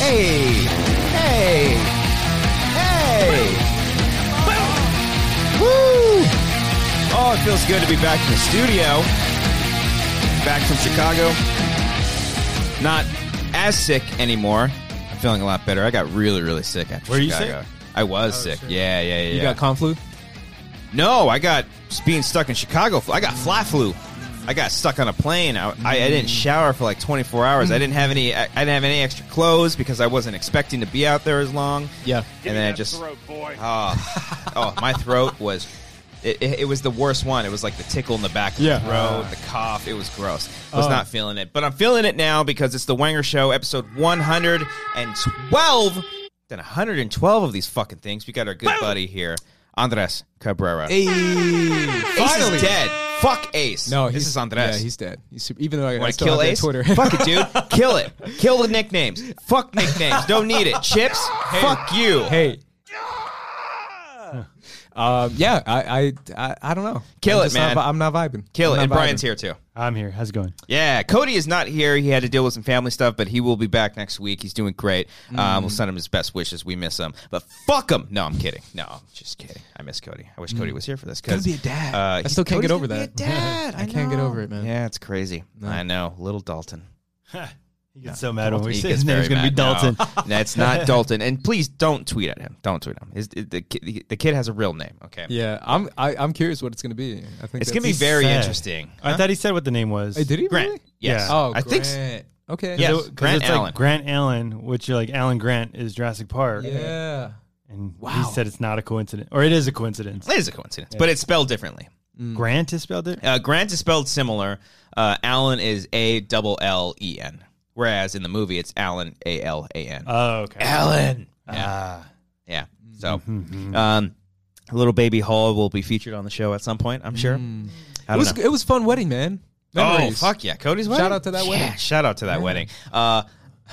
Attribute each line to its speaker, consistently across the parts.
Speaker 1: Hey, hey, hey. Woo! Oh, it feels good to be back in the studio. Back from Chicago. Not as sick anymore. I'm feeling a lot better. I got really, really sick after
Speaker 2: Were you
Speaker 1: Chicago.
Speaker 2: sick? Oh,
Speaker 1: I was sick. Yeah, yeah, yeah.
Speaker 2: You
Speaker 1: yeah.
Speaker 2: got conflu?
Speaker 1: No, I got being stuck in Chicago. I got fly flu. I got stuck on a plane. I, I, I didn't shower for like 24 hours. I didn't have any. I, I didn't have any extra clothes because I wasn't expecting to be out there as long.
Speaker 2: Yeah.
Speaker 1: and then I just
Speaker 3: throat, boy.
Speaker 1: oh, oh, my throat was. It, it, it was the worst one. It was like the tickle in the back of
Speaker 2: Yeah.
Speaker 1: the throat, the cough. It was gross. I was
Speaker 2: Oh.
Speaker 1: not feeling it, but I'm feeling it now because it's the Wanger Show, episode 112. Then 112 of these fucking things. We got our good buddy here, Andres Cabrera. Ace
Speaker 2: Finally.
Speaker 1: is dead. Fuck Ace.
Speaker 2: No,
Speaker 1: this
Speaker 2: he's-
Speaker 1: is Andres.
Speaker 2: Yeah, he's dead. He's super, even though I
Speaker 1: Want to
Speaker 2: still
Speaker 1: kill
Speaker 2: have their
Speaker 1: Ace?
Speaker 2: Twitter.
Speaker 1: Fuck it, dude. Kill it. Kill the nicknames. Fuck nicknames. Don't need it. Chips. Fuck you.
Speaker 2: hey. Um, yeah, I, I, I, I don't know.
Speaker 1: Kill
Speaker 2: I'm
Speaker 1: it,
Speaker 2: just not
Speaker 1: man.
Speaker 2: vi- I'm not vibing.
Speaker 1: Kill
Speaker 2: I'm
Speaker 1: it.
Speaker 2: not
Speaker 1: And
Speaker 2: vibing.
Speaker 1: Brian's here too.
Speaker 3: I'm here. How's it going?
Speaker 1: Yeah, Cody is not here. He had to deal with some family stuff, but he will be back next week. He's doing great.
Speaker 2: Mm.
Speaker 1: Um, we'll send him his best wishes. We miss him, but fuck him. No, I'm kidding. No, I'm just kidding. I miss Cody. I wish Cody was here for this. Cause
Speaker 2: Mm. be a dad.
Speaker 1: uh,
Speaker 2: I
Speaker 1: he's-
Speaker 2: still can't get
Speaker 1: Cody's
Speaker 2: over
Speaker 1: gonna
Speaker 2: that.
Speaker 1: be a dad.
Speaker 2: I can't get
Speaker 1: know.
Speaker 2: over it, man.
Speaker 1: Yeah, it's crazy. I know. Little Dalton.
Speaker 3: He gets so mad when we
Speaker 1: He
Speaker 3: say
Speaker 1: gets
Speaker 3: his name's
Speaker 1: very
Speaker 3: going to be
Speaker 1: mad.
Speaker 3: Dalton.
Speaker 1: No, that's not Dalton. And please don't tweet at him. Don't tweet at him. His, the, kid, the kid has a real name. Okay.
Speaker 2: Yeah, I'm, I, I'm curious what it's gonna be. I think
Speaker 1: It's gonna be
Speaker 2: that's-
Speaker 1: very
Speaker 3: Sad.
Speaker 1: interesting.
Speaker 3: I thought he said what the name was.
Speaker 2: Hey, did he
Speaker 1: Grant.
Speaker 2: really?
Speaker 1: Yes.
Speaker 3: Yeah.
Speaker 2: Oh,
Speaker 1: I think. s-
Speaker 2: Grant.
Speaker 1: Yeah.
Speaker 2: Okay.
Speaker 3: Because
Speaker 1: Yes,
Speaker 3: it- 'cause
Speaker 1: Grant
Speaker 3: it's
Speaker 1: Allen.
Speaker 3: Like Grant Allen, which you're like Alan Grant is Jurassic Park.
Speaker 2: Yeah.
Speaker 3: And he
Speaker 1: Wow.
Speaker 3: said it's not a coincidence, or it is a coincidence.
Speaker 1: That is a coincidence, but it's spelled differently.
Speaker 3: Grant is spelled it.
Speaker 1: Uh, Grant is spelled similar. Uh, Allen is A double L E N, whereas in the movie it's Allen A L A N.
Speaker 3: Oh, okay.
Speaker 1: Allen. Yeah.
Speaker 3: Ah.
Speaker 1: yeah. So, um, little baby Hall will be featured on the show at some point. I'm sure. I
Speaker 2: It
Speaker 1: don't
Speaker 2: was,
Speaker 1: know.
Speaker 2: it was fun wedding, man.
Speaker 1: Oh
Speaker 2: Memories.
Speaker 1: fuck yeah, Cody's wedding.
Speaker 2: out to that
Speaker 1: Yeah,
Speaker 2: wedding.
Speaker 1: Shout out to that wedding. Uh,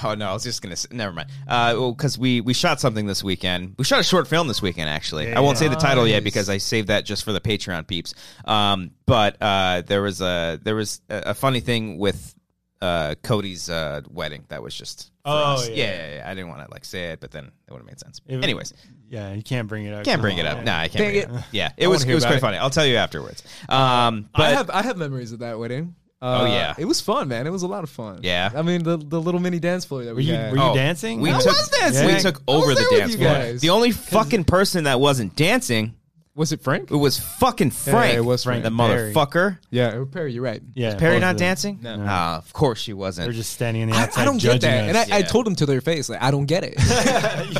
Speaker 1: oh no, I was just gonna. Say, never mind. Uh, because we we shot something this weekend. We shot a short film this weekend. Actually, I won't say the title yet
Speaker 2: Nice.
Speaker 1: because I saved that just for the Patreon peeps. Um, but uh, there was a there was a, a funny thing with uh Cody's uh wedding that was just. for
Speaker 3: Oh,
Speaker 1: us.
Speaker 3: yeah.
Speaker 1: Yeah, yeah, yeah. I didn't want to like say it, but then it would have made sense.
Speaker 3: It-
Speaker 1: Anyways,
Speaker 3: Yeah, you can't bring it up.
Speaker 1: can't bring it up. No, I can't.
Speaker 2: Oh, Dang
Speaker 1: bring it
Speaker 2: it.
Speaker 1: up. Yeah, it
Speaker 2: I
Speaker 1: was
Speaker 2: wanna
Speaker 1: it
Speaker 2: hear
Speaker 1: was
Speaker 2: about
Speaker 1: quite
Speaker 2: it.
Speaker 1: funny. I'll tell you afterwards. Um, but Oh,
Speaker 2: I have I have memories of that wedding. Uh,
Speaker 1: yeah.
Speaker 2: it was fun, man. It was a lot of fun.
Speaker 1: Yeah.
Speaker 2: I mean the the little mini dance floor that
Speaker 3: Were
Speaker 2: we
Speaker 3: you,
Speaker 2: had.
Speaker 3: were you
Speaker 1: Oh,
Speaker 3: dancing?
Speaker 1: We
Speaker 2: I
Speaker 1: took,
Speaker 2: was dancing.
Speaker 1: We took over
Speaker 2: there
Speaker 1: the
Speaker 2: with
Speaker 1: dance
Speaker 2: you
Speaker 1: floor.
Speaker 2: guys.
Speaker 1: The only fucking person that wasn't dancing
Speaker 2: was it Frank?
Speaker 1: it was fucking Frank.
Speaker 2: it was Frank
Speaker 1: the
Speaker 3: Perry.
Speaker 1: motherfucker.
Speaker 2: Yeah, it was Perry. You're right.
Speaker 3: yeah,
Speaker 1: Perry
Speaker 3: both
Speaker 1: not
Speaker 3: of them.
Speaker 1: dancing? No, of course she wasn't.
Speaker 3: They're just standing in the
Speaker 2: I,
Speaker 3: outside.
Speaker 2: I don't get
Speaker 3: judging
Speaker 2: that, and I,
Speaker 3: us.
Speaker 2: I
Speaker 1: Yeah.
Speaker 2: told them to their face, like I don't get it.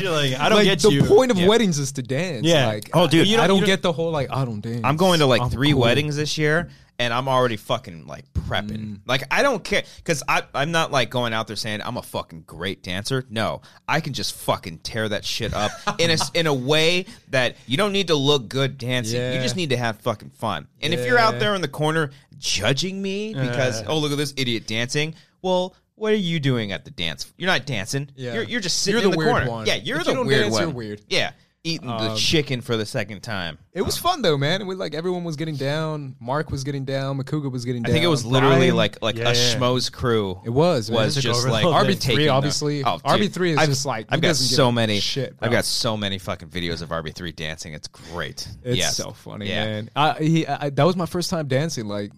Speaker 3: You're like, I don't
Speaker 2: like
Speaker 3: get
Speaker 2: the
Speaker 3: you.
Speaker 2: point of
Speaker 1: Yeah.
Speaker 2: weddings is to dance.
Speaker 3: Yeah.
Speaker 2: Like,
Speaker 1: Oh, dude,
Speaker 2: I,
Speaker 1: you don't-
Speaker 2: I don't
Speaker 1: you
Speaker 2: get the whole like I don't dance.
Speaker 1: I'm going to like
Speaker 2: I'm
Speaker 1: three
Speaker 2: cool.
Speaker 1: weddings this year, and I'm already fucking like prepping.
Speaker 2: Mm.
Speaker 1: Like I don't care because I I'm not like going out there saying I'm a fucking great dancer. No, I can just fucking tear that shit up in a s- in a way that you don't need to look good dancing. You
Speaker 2: Yeah.
Speaker 1: just need to have fucking fun. And if you're out there in the corner judging me
Speaker 2: Uh.
Speaker 1: because oh look at this idiot dancing, well. What are you doing at the dance? You're not dancing.
Speaker 2: Yeah.
Speaker 1: You're, you're just sitting
Speaker 2: You're
Speaker 1: in
Speaker 2: the
Speaker 1: the,
Speaker 2: weird
Speaker 1: corner.
Speaker 2: one.
Speaker 1: Yeah, you're
Speaker 2: If
Speaker 1: the
Speaker 2: you don't
Speaker 1: weird
Speaker 2: dance,
Speaker 1: one.
Speaker 2: you're weird. Um,
Speaker 1: Yeah, eating the chicken for the second time.
Speaker 2: It was fun though, man. It was like everyone was getting down. Mark was getting down. Makuga was getting
Speaker 1: I
Speaker 2: down.
Speaker 1: think it was literally
Speaker 2: Brian-
Speaker 1: like like
Speaker 3: Yeah,
Speaker 1: a
Speaker 3: yeah.
Speaker 1: schmoes crew.
Speaker 2: It was, man.
Speaker 1: was
Speaker 2: Took
Speaker 1: just
Speaker 3: over the
Speaker 1: like
Speaker 3: whole thing.
Speaker 1: RB
Speaker 2: RB3 obviously. RB3 is
Speaker 1: Oh, I've,
Speaker 2: just like,
Speaker 1: I've
Speaker 2: he
Speaker 1: got
Speaker 2: doesn't give
Speaker 1: so
Speaker 2: a
Speaker 1: many.
Speaker 2: shit, bro.
Speaker 1: I've got so many fucking videos of RB3 dancing. It's great.
Speaker 2: It's
Speaker 1: yes.
Speaker 2: so funny,
Speaker 1: Yeah.
Speaker 2: man. I, he, I, that was my first time dancing, like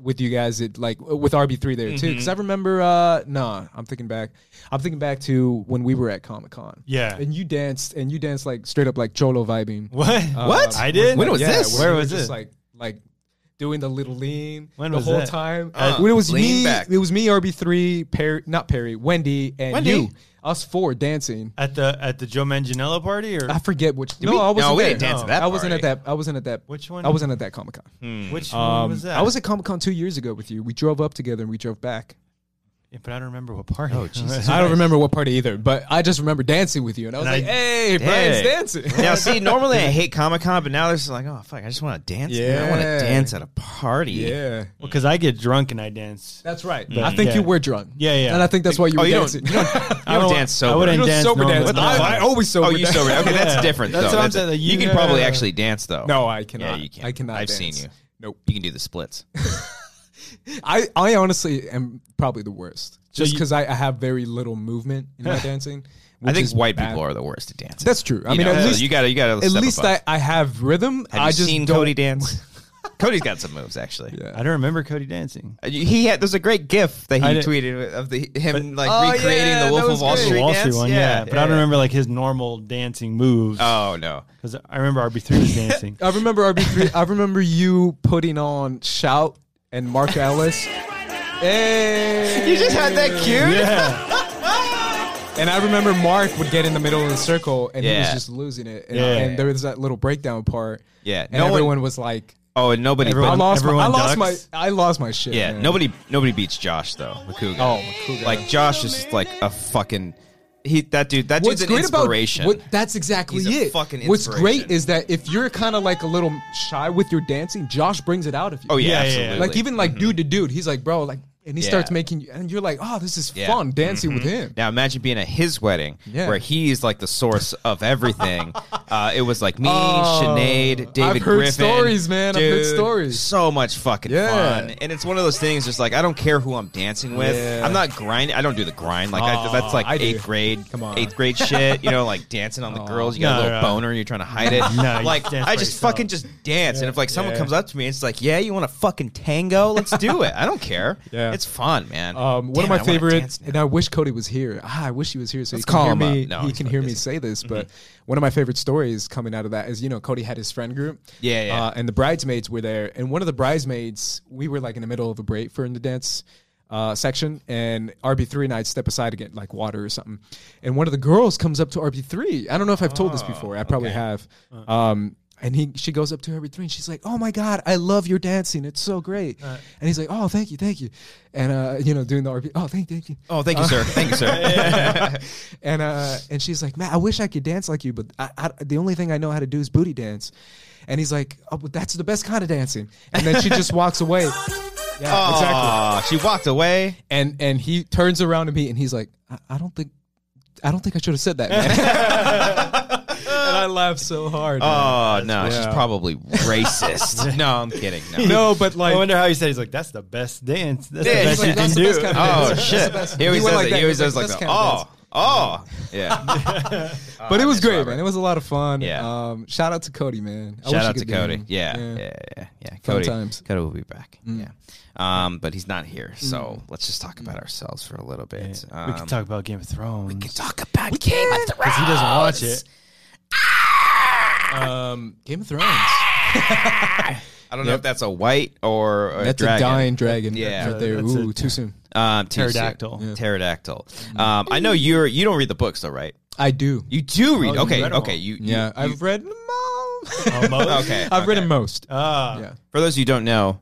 Speaker 2: with you guys, at, like with RB three there
Speaker 1: Mm-hmm.
Speaker 2: too. Because I remember, uh, nah, I'm thinking back. I'm thinking back to when we were at Comic Con.
Speaker 3: Yeah.
Speaker 2: and you danced, and you danced like straight up like cholo vibing.
Speaker 3: What? Uh,
Speaker 1: What?
Speaker 3: I did.
Speaker 1: When was
Speaker 2: Yeah,
Speaker 1: this?
Speaker 2: Where
Speaker 3: Where
Speaker 2: we were
Speaker 3: was
Speaker 2: just
Speaker 3: it?
Speaker 2: Like, like. doing the little lean
Speaker 3: When
Speaker 2: the
Speaker 3: was
Speaker 2: whole
Speaker 3: that?
Speaker 2: time.
Speaker 1: Uh,
Speaker 2: when it was
Speaker 1: lean
Speaker 2: me,
Speaker 1: back.
Speaker 2: it was me, RB three, Perry, not Perry, Wendy, and
Speaker 1: Wendy.
Speaker 2: you, us four dancing.
Speaker 3: at the at the Joe Manganiello party or
Speaker 2: I forget which. No,
Speaker 1: we-
Speaker 2: I wasn't
Speaker 1: no, we
Speaker 2: there.
Speaker 1: didn't dance at that
Speaker 2: I wasn't at
Speaker 1: party.
Speaker 2: that. I wasn't at that.
Speaker 3: Which one?
Speaker 2: I wasn't at that Comic Con.
Speaker 3: which one was that?
Speaker 2: Um, I was at Comic Con two years ago with you. We drove up together and we drove back.
Speaker 3: Yeah, but I don't remember what party. Oh Jesus!
Speaker 2: I don't remember what party either, but I just remember dancing with you, and I was
Speaker 3: And
Speaker 2: like,
Speaker 3: I-
Speaker 2: "Hey, Brian's dancing."
Speaker 1: now, see, normally I hate Comic Con, but now there's like, oh fuck, I just want to dance. Yeah. I want
Speaker 2: Yeah.
Speaker 1: to dance at a party.
Speaker 2: yeah,
Speaker 3: because I get drunk and I dance.
Speaker 2: that's right. I think
Speaker 3: yeah.
Speaker 2: you were drunk.
Speaker 3: Yeah, yeah.
Speaker 2: And I think that's why you
Speaker 1: Oh,
Speaker 2: were
Speaker 1: you don't, you
Speaker 2: dancing.
Speaker 1: don't, you
Speaker 3: I
Speaker 1: don't
Speaker 3: don't-
Speaker 1: dance sober.
Speaker 3: I wouldn't
Speaker 1: You don't-
Speaker 3: dance
Speaker 2: sober
Speaker 3: normal.
Speaker 2: dance.
Speaker 3: What the
Speaker 2: I,
Speaker 3: fuck?
Speaker 2: I always sober.
Speaker 1: Oh, you
Speaker 2: dance.
Speaker 1: sober. Okay, that's
Speaker 3: Yeah.
Speaker 1: different.
Speaker 3: That's
Speaker 1: though.
Speaker 3: what I'm
Speaker 1: That's-
Speaker 3: saying,
Speaker 1: You,
Speaker 3: you
Speaker 1: can probably
Speaker 3: gotta-
Speaker 1: actually dance though.
Speaker 2: No, I
Speaker 1: Yeah,
Speaker 2: cannot.
Speaker 1: you can.
Speaker 2: I cannot.
Speaker 1: I've seen
Speaker 2: dance.
Speaker 1: you.
Speaker 2: Nope.
Speaker 1: You can do the splits.
Speaker 2: I, I honestly am probably the worst, just
Speaker 3: you-
Speaker 2: because I, I have very little movement in my dancing.
Speaker 1: I
Speaker 2: which
Speaker 1: think
Speaker 2: is
Speaker 1: white
Speaker 2: bad.
Speaker 1: people are the worst at dancing.
Speaker 2: That's true. I
Speaker 1: You
Speaker 2: mean,
Speaker 1: know,
Speaker 2: at
Speaker 1: so
Speaker 2: least
Speaker 1: you got to you got to
Speaker 2: at least I, I have rhythm.
Speaker 1: Have
Speaker 2: I
Speaker 1: you
Speaker 2: just
Speaker 1: seen
Speaker 2: don't-
Speaker 1: Cody dance? Cody's got some moves actually.
Speaker 2: Yeah.
Speaker 3: I don't remember Cody dancing.
Speaker 1: Uh, He had there's a great GIF that
Speaker 3: I
Speaker 1: he
Speaker 3: did-
Speaker 1: tweeted of the him like
Speaker 2: Oh,
Speaker 1: recreating
Speaker 2: yeah,
Speaker 1: the
Speaker 2: that
Speaker 1: Wolf
Speaker 2: was
Speaker 1: of Wall
Speaker 2: great.
Speaker 3: The
Speaker 1: Street
Speaker 3: Wall
Speaker 1: dance.
Speaker 3: Street one, yeah, but I
Speaker 1: yeah.
Speaker 3: don't remember like his normal dancing moves.
Speaker 1: Oh no,
Speaker 3: because I remember RB3 was dancing.
Speaker 2: I remember RB three. I remember you putting on shout and Mark Ellis. Hey,
Speaker 1: you just had that cue.
Speaker 3: Yeah,
Speaker 2: And I remember Mark would get in the middle of the circle and he was
Speaker 1: Yeah.
Speaker 2: just losing it. And,
Speaker 3: Yeah.
Speaker 2: and there was that little breakdown part.
Speaker 1: Yeah,
Speaker 2: and
Speaker 1: no one-
Speaker 2: everyone was like,
Speaker 1: Oh, and nobody.
Speaker 2: "I
Speaker 3: Everyone-
Speaker 1: but-
Speaker 2: lost my, I
Speaker 3: everyone
Speaker 2: lost my,
Speaker 3: ducks.
Speaker 2: I lost my shit."
Speaker 1: yeah,
Speaker 2: man.
Speaker 1: nobody. Nobody beats Josh though. Makuga.
Speaker 2: Oh, Makuga.
Speaker 1: like Josh is just like a fucking. He that dude. That dude's
Speaker 2: What's
Speaker 1: an
Speaker 2: great
Speaker 1: inspiration.
Speaker 2: about what, that's exactly
Speaker 1: He's a
Speaker 2: it.
Speaker 1: fucking
Speaker 2: What's great
Speaker 1: inspiration.
Speaker 2: is that if you're kind of like a little shy with your dancing, Josh brings it out of you.
Speaker 1: oh yeah,
Speaker 3: Yeah, yeah, yeah.
Speaker 1: absolutely. Mm-hmm.
Speaker 2: like even like dude to dude, he's like, bro, like, and he
Speaker 1: Yeah.
Speaker 2: starts making you, and you're like, oh, this is
Speaker 1: Yeah. Mm-hmm.
Speaker 2: fun dancing with him.
Speaker 1: Now imagine being at his wedding
Speaker 2: Yeah.
Speaker 1: where he's like the source of everything. uh, it was like me, Sinead, David
Speaker 2: Oh, I've heard
Speaker 1: Griffin.
Speaker 2: stories, man. I've heard
Speaker 1: Dude,
Speaker 2: stories.
Speaker 1: So much fucking
Speaker 2: Yeah.
Speaker 1: fun. And it's one of those things just like I don't care who I'm dancing with.
Speaker 2: Yeah.
Speaker 1: I'm not grinding. I don't do the grind. Like I,
Speaker 2: Aw,
Speaker 1: that's like
Speaker 2: I do.
Speaker 1: eighth grade
Speaker 2: Come on.
Speaker 1: eighth grade shit. You know, like dancing on the girls. You got
Speaker 3: No,
Speaker 1: a little
Speaker 3: no.
Speaker 1: boner, you're trying to hide it.
Speaker 3: No, you
Speaker 1: like
Speaker 3: just dance
Speaker 1: I
Speaker 3: by
Speaker 1: just
Speaker 3: yourself.
Speaker 1: fucking just dance. And if like someone
Speaker 2: Yeah.
Speaker 1: comes up to me and it's like, Yeah, you want a fucking tango? Let's do it. I don't care.
Speaker 2: Yeah.
Speaker 1: It's fun, man.
Speaker 2: Um,
Speaker 1: Damn,
Speaker 2: one of
Speaker 1: I
Speaker 2: my
Speaker 1: wanna
Speaker 2: favorite,
Speaker 1: dance now.
Speaker 2: and I wish Cody was here. Ah, I wish he was here so
Speaker 1: Let's
Speaker 2: he can
Speaker 1: call
Speaker 2: hear
Speaker 1: him
Speaker 2: me.
Speaker 1: up. No,
Speaker 2: he
Speaker 1: he's
Speaker 2: can
Speaker 1: so
Speaker 2: hear me
Speaker 1: busy.
Speaker 2: say this, but
Speaker 1: Mm-hmm.
Speaker 2: one of my favorite stories coming out of that is you know Cody had his friend group,
Speaker 1: Yeah, yeah.
Speaker 2: Uh, and the bridesmaids were there, and one of the bridesmaids, we were like in the middle of a break for in the dance. Uh, section and RB3 and I'd step aside to get like water or something. And one of the girls comes up to RB3. I don't know if I've told this before. I
Speaker 1: Ah,
Speaker 2: probably have.
Speaker 1: Uh.
Speaker 2: Um, and he she goes up to RB3 and she's like, "Oh my god, I love your dancing. It's so great."
Speaker 1: Uh.
Speaker 2: and he's like, "Oh, thank you, thank you." And uh, you know, doing the RB, "Oh, thank, thank you."
Speaker 1: Oh, thank you, sir. Thank you, sir.
Speaker 2: and uh, and she's like, "Man, I wish I could dance like you, but I, I, the only thing I know how to do is booty dance." And he's like, "Oh, but that's the best kind of dancing." And then she just walks away. Yeah, exactly.
Speaker 1: Aw, She walked away.
Speaker 2: And and he turns around to me and he's like, "I, I don't think." I don't think I should have said that, man. and I laughed so hard. man.
Speaker 1: Oh no,
Speaker 2: Yeah.
Speaker 1: she's probably racist. no, I'm kidding. No.
Speaker 2: no, but like,
Speaker 3: I wonder how he said. He's like, "That's the best dance. That's
Speaker 1: Yeah,
Speaker 3: the
Speaker 1: he's
Speaker 3: best
Speaker 1: like,
Speaker 3: you
Speaker 2: "That's
Speaker 3: can
Speaker 2: the
Speaker 3: do."
Speaker 2: best kind of dance."
Speaker 1: Oh
Speaker 2: That's
Speaker 1: shit.
Speaker 2: the best-
Speaker 1: He always
Speaker 2: he went
Speaker 1: does
Speaker 2: like
Speaker 1: it.
Speaker 2: that.
Speaker 1: He
Speaker 2: He
Speaker 1: always
Speaker 2: was
Speaker 1: does
Speaker 2: like,
Speaker 1: like,
Speaker 2: "That's
Speaker 1: the,
Speaker 2: kinda
Speaker 1: oh, oh, yeah.
Speaker 2: but it was
Speaker 1: miss
Speaker 2: great,
Speaker 1: Robert.
Speaker 2: man. It was a lot of fun.
Speaker 1: Yeah.
Speaker 2: Um, shout out to Cody, man. I wish
Speaker 1: Shout
Speaker 2: he
Speaker 1: out to
Speaker 2: could be here.
Speaker 1: Cody. Yeah, yeah, yeah, yeah.
Speaker 2: Fun
Speaker 1: Cody,
Speaker 2: times.
Speaker 1: Cody will be back. Yeah, um, but he's not here, so let's just talk about ourselves for a little bit. Um,
Speaker 3: we can talk about Game of Thrones. We can
Speaker 1: talk about Game of Thrones.
Speaker 3: because he doesn't watch it.
Speaker 2: Um, Game of Thrones.
Speaker 1: I don't know if that's a white or a
Speaker 2: That's
Speaker 1: dragon.
Speaker 2: a dying dragon.
Speaker 1: Yeah.
Speaker 2: right there.
Speaker 3: That's a-
Speaker 2: Ooh, too soon.
Speaker 1: Um, too soon.
Speaker 3: Pterodactyl. Yeah.
Speaker 1: Pterodactyl. Um, I know you're. You don't read the books though, right?
Speaker 2: I do.
Speaker 1: You do read.
Speaker 3: Oh, you
Speaker 1: okay,
Speaker 3: read 'em
Speaker 1: okay.
Speaker 3: all.
Speaker 1: You, you-
Speaker 2: Yeah,
Speaker 1: you-
Speaker 2: I've read them all.
Speaker 3: Almost.
Speaker 1: okay.
Speaker 2: I've read
Speaker 1: okay.
Speaker 2: them most.
Speaker 3: Ah,
Speaker 2: yeah.
Speaker 1: For those who don't know,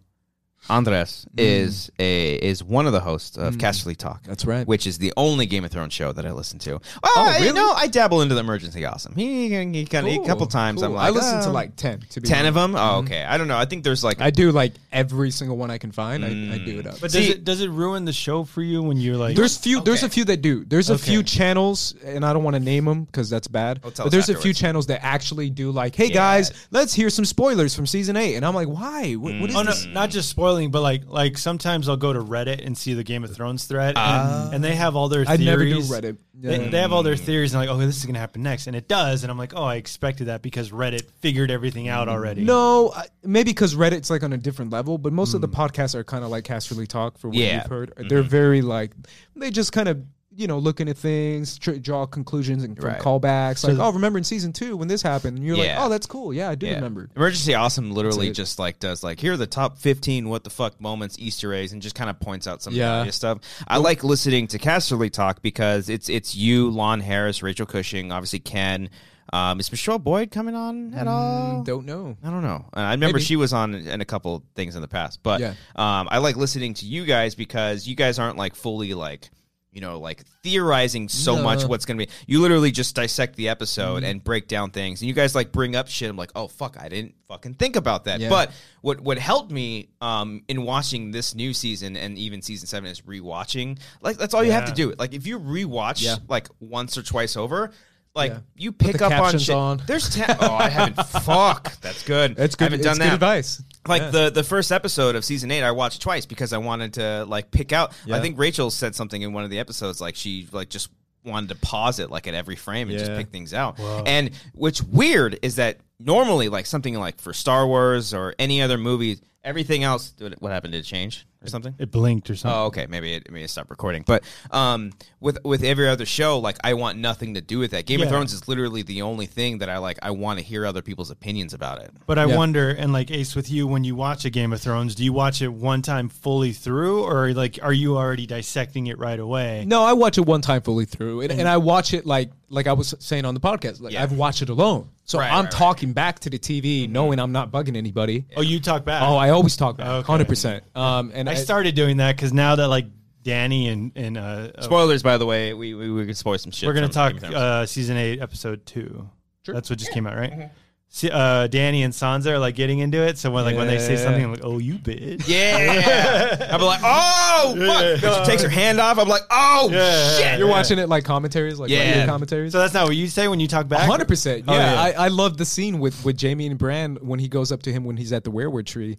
Speaker 1: Andres
Speaker 2: Mm-hmm.
Speaker 1: is a is one of the hosts of Casterly Talk.
Speaker 2: That's right.
Speaker 1: Which is the only Game of Thrones show that I listen to. Oh,
Speaker 2: really?
Speaker 1: you know, I dabble into the Emergency Awesome. He, he kind of a couple times. I'm like,
Speaker 2: I listened to
Speaker 1: um,
Speaker 2: like Mm-hmm. ten. To be
Speaker 1: ten of
Speaker 2: honest.
Speaker 1: them. Oh, okay. I don't know. I think there's like
Speaker 2: I do like every single one I can find. I, I do it up.
Speaker 3: but does
Speaker 1: See-
Speaker 3: it does it ruin the show for you when you're like?
Speaker 2: there's few. There's a
Speaker 1: Okay.
Speaker 2: few that do. There's a few
Speaker 3: Okay.
Speaker 2: channels, and I don't want to name them because that's bad.
Speaker 1: tell
Speaker 2: but
Speaker 1: us
Speaker 2: there's a few
Speaker 1: afterwards.
Speaker 2: channels that actually do like, hey guys, let's hear some spoilers from season eight, and I'm like, why? What, what is
Speaker 1: Mm.
Speaker 3: Oh no!
Speaker 2: this?
Speaker 3: Not just spoiling, but like, like sometimes I'll go to Reddit and see the Game of Thrones thread, and, and they have all their
Speaker 2: Ah. I
Speaker 3: theories.
Speaker 2: never do Reddit.
Speaker 3: They,
Speaker 2: Yeah.
Speaker 3: they have all their theories, and like, oh, this is gonna happen next, and it does, and I'm like, oh, I expected that because Reddit figured everything out already.
Speaker 2: No, I- maybe because Reddit's like on a different level, but most of the podcasts are kind of like Casterly Talk for what
Speaker 1: Hmm. Yeah. Mm-hmm.
Speaker 2: you've heard. They're very like they just kind of you know, looking at things, tr- draw conclusions and from
Speaker 1: Right.
Speaker 2: callbacks. like, oh, remember in season two when this happened? And you're
Speaker 1: Yeah.
Speaker 2: like, oh, that's cool. Yeah, I do remember.
Speaker 1: Emergency Awesome literally
Speaker 2: That's it.
Speaker 1: just like does like here are the top fifteen what the fuck moments Easter eggs and just kind of points out some
Speaker 2: Yeah.
Speaker 1: obvious stuff. I like listening to Casterly talk because it's it's you, Lon Harris, Rachel Cushing, obviously Ken. Um, is Michelle Boyd coming on
Speaker 2: Mm,
Speaker 1: at all?
Speaker 2: Don't know.
Speaker 1: I don't know. And I remember
Speaker 2: Maybe.
Speaker 1: she was on in a couple things in the past, but
Speaker 2: Yeah.
Speaker 1: um, I like listening to you guys because you guys aren't like fully like you know like theorizing so much
Speaker 2: No. Mm-hmm.
Speaker 1: what's gonna be. You literally just dissect the episode and break down things, and you guys like bring up shit. I'm like, oh fuck, I didn't fucking think about that.
Speaker 2: Yeah.
Speaker 1: But what what helped me um, in watching this new season and even season seven is rewatching. Like that's all you have to
Speaker 3: Yeah.
Speaker 1: do. Like if you rewatch
Speaker 2: Yeah.
Speaker 1: like once or twice over. Like
Speaker 2: Yeah.
Speaker 1: you
Speaker 2: Put the
Speaker 1: pick up on
Speaker 2: captions
Speaker 1: shit.
Speaker 2: on.
Speaker 1: There's ten. Oh, I haven't. fuck, that's good.
Speaker 2: That's good.
Speaker 1: I haven't
Speaker 2: it's
Speaker 1: done
Speaker 2: good
Speaker 1: that.
Speaker 2: advice.
Speaker 1: Like the the first episode of season eight, I watched twice because I wanted to like pick out. I
Speaker 2: Yeah.
Speaker 1: think Rachel said something in one of the episodes, like she like just wanted to pause it like at every frame and just
Speaker 2: Yeah.
Speaker 1: pick things out. And what's weird is that normally like something like for Star Wars or any other movie, everything else. What what happened? Did it change or something?
Speaker 3: It blinked or something.
Speaker 1: Oh, okay. Maybe it, maybe it stopped recording. But um, with with every other show, like I want nothing to do with that. Game of
Speaker 3: Yeah.
Speaker 1: Thrones is literally the only thing that I like. I want to hear other people's opinions about it.
Speaker 3: But I
Speaker 2: Oh. Yeah.
Speaker 3: wonder, and like Ace, with you, when you watch a Game of Thrones, do you watch it one time fully through, or like are you already dissecting it right away?
Speaker 2: No, I watch it one time fully through, and, and I watch it like like I was saying on the podcast.
Speaker 1: Mm.
Speaker 2: Like
Speaker 1: Yeah.
Speaker 2: I've watched it alone, so
Speaker 1: Right,
Speaker 2: I'm
Speaker 1: right, Mm-hmm. right.
Speaker 2: talking back to the TV, knowing I'm not bugging anybody.
Speaker 3: Oh, you talk back.
Speaker 2: Oh, I always talk back,
Speaker 3: Okay.
Speaker 2: hundred percent. Um, and
Speaker 3: I started doing that because now that like Danny and and uh, uh,
Speaker 1: Spoilers, by the way, we we, we could spoil some shit.
Speaker 3: we're gonna
Speaker 1: from
Speaker 3: talk
Speaker 1: Game of Thrones.
Speaker 3: uh, season eight, episode two. That's what just came out, right?
Speaker 1: Mm-hmm.
Speaker 3: See, uh, Danny and Sansa are like getting into it, so when like when they say
Speaker 2: Yeah.
Speaker 3: something, I'm like, "Oh, you bitch!"
Speaker 1: yeah, I'm like, oh fuck. But she takes her hand off. I'm like, oh
Speaker 3: Yeah.
Speaker 1: shit.
Speaker 2: You're watching it like commentaries, like
Speaker 1: Yeah.
Speaker 2: regular commentaries.
Speaker 3: So that's not what you say when you talk back.
Speaker 2: hundred percent. Yeah,
Speaker 3: Oh, yeah.
Speaker 2: I, I love the scene with with Jamie and Bran when he goes up to him when he's at the werewood tree,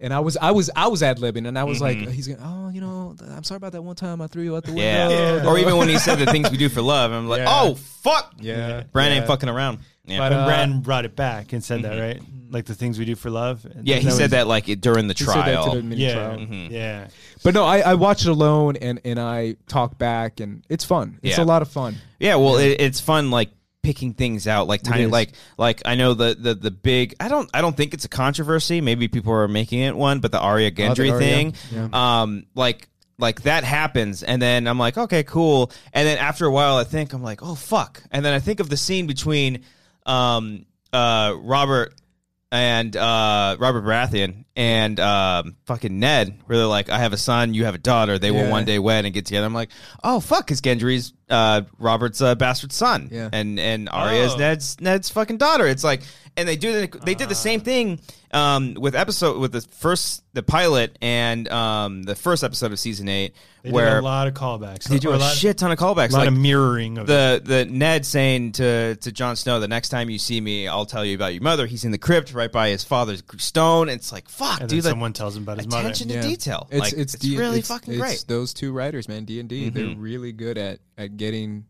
Speaker 2: and I was I was I was ad libbing, and I was like, he's going, oh, you know, th- I'm sorry about that one time I threw you out the window.
Speaker 1: Mm-hmm. Yeah. Or even when he said the things we do for love, I'm like,
Speaker 2: Yeah.
Speaker 1: oh fuck.
Speaker 2: Yeah.
Speaker 1: Brian
Speaker 3: Yeah.
Speaker 1: ain't fucking around. Yeah.
Speaker 2: But,
Speaker 3: And
Speaker 2: uh,
Speaker 3: Bran brought it back and said that, right? Like the things we do for love.
Speaker 1: Mm-hmm. yeah, he said that like it, during the
Speaker 2: He said that to
Speaker 1: trial. Mm-hmm.
Speaker 2: the mini
Speaker 3: Yeah, Mm-hmm.
Speaker 2: trial.
Speaker 3: yeah.
Speaker 2: But no, I, I watch it alone and, and I talk back and it's fun. It's
Speaker 1: Yeah.
Speaker 2: a lot of fun.
Speaker 1: Yeah, well, It, it's fun like picking things out, like tiny,
Speaker 2: is.
Speaker 1: like like I know the, the the big. I don't I don't think it's a controversy. Maybe people are making it one, but the Arya Gendry
Speaker 2: Oh, Arya,
Speaker 1: thing, um, like like that happens, and then I'm like, okay, cool, and then after a while, I think I'm like, oh fuck, and then I think of the scene between, um, uh, Robert. And uh, Robert Baratheon and um, fucking Ned, where they're like, "I have a son, you have a daughter. They will
Speaker 2: Yeah.
Speaker 1: one day." they wed and get together. I'm like, oh fuck, because Gendry's uh, Robert's uh, bastard son,
Speaker 2: Yeah.
Speaker 1: and and Arya's
Speaker 3: Oh.
Speaker 1: Ned's Ned's fucking daughter. It's like, and they do the, they did the same thing um, with episode with the first the pilot and um, the first episode of season eight,
Speaker 3: They did
Speaker 1: where
Speaker 3: a lot of callbacks.
Speaker 1: they do
Speaker 3: Or
Speaker 1: a,
Speaker 3: lot,
Speaker 1: shit ton of callbacks,
Speaker 3: lot
Speaker 1: like
Speaker 3: of mirroring of
Speaker 1: the the Ned saying to to Jon Snow, the next time you see me, I'll tell you about your mother. He's in the crypt right by his father's stone. It's like fuck,
Speaker 3: And then
Speaker 1: dude. like,
Speaker 3: someone tells him about his mother.
Speaker 1: attention to detail.
Speaker 2: It's
Speaker 1: like, it's,
Speaker 2: D-
Speaker 1: really
Speaker 2: it's-
Speaker 1: fucking
Speaker 2: it's
Speaker 1: great. Mm-hmm.
Speaker 2: Those two writers, man, D and D, they're really good at at getting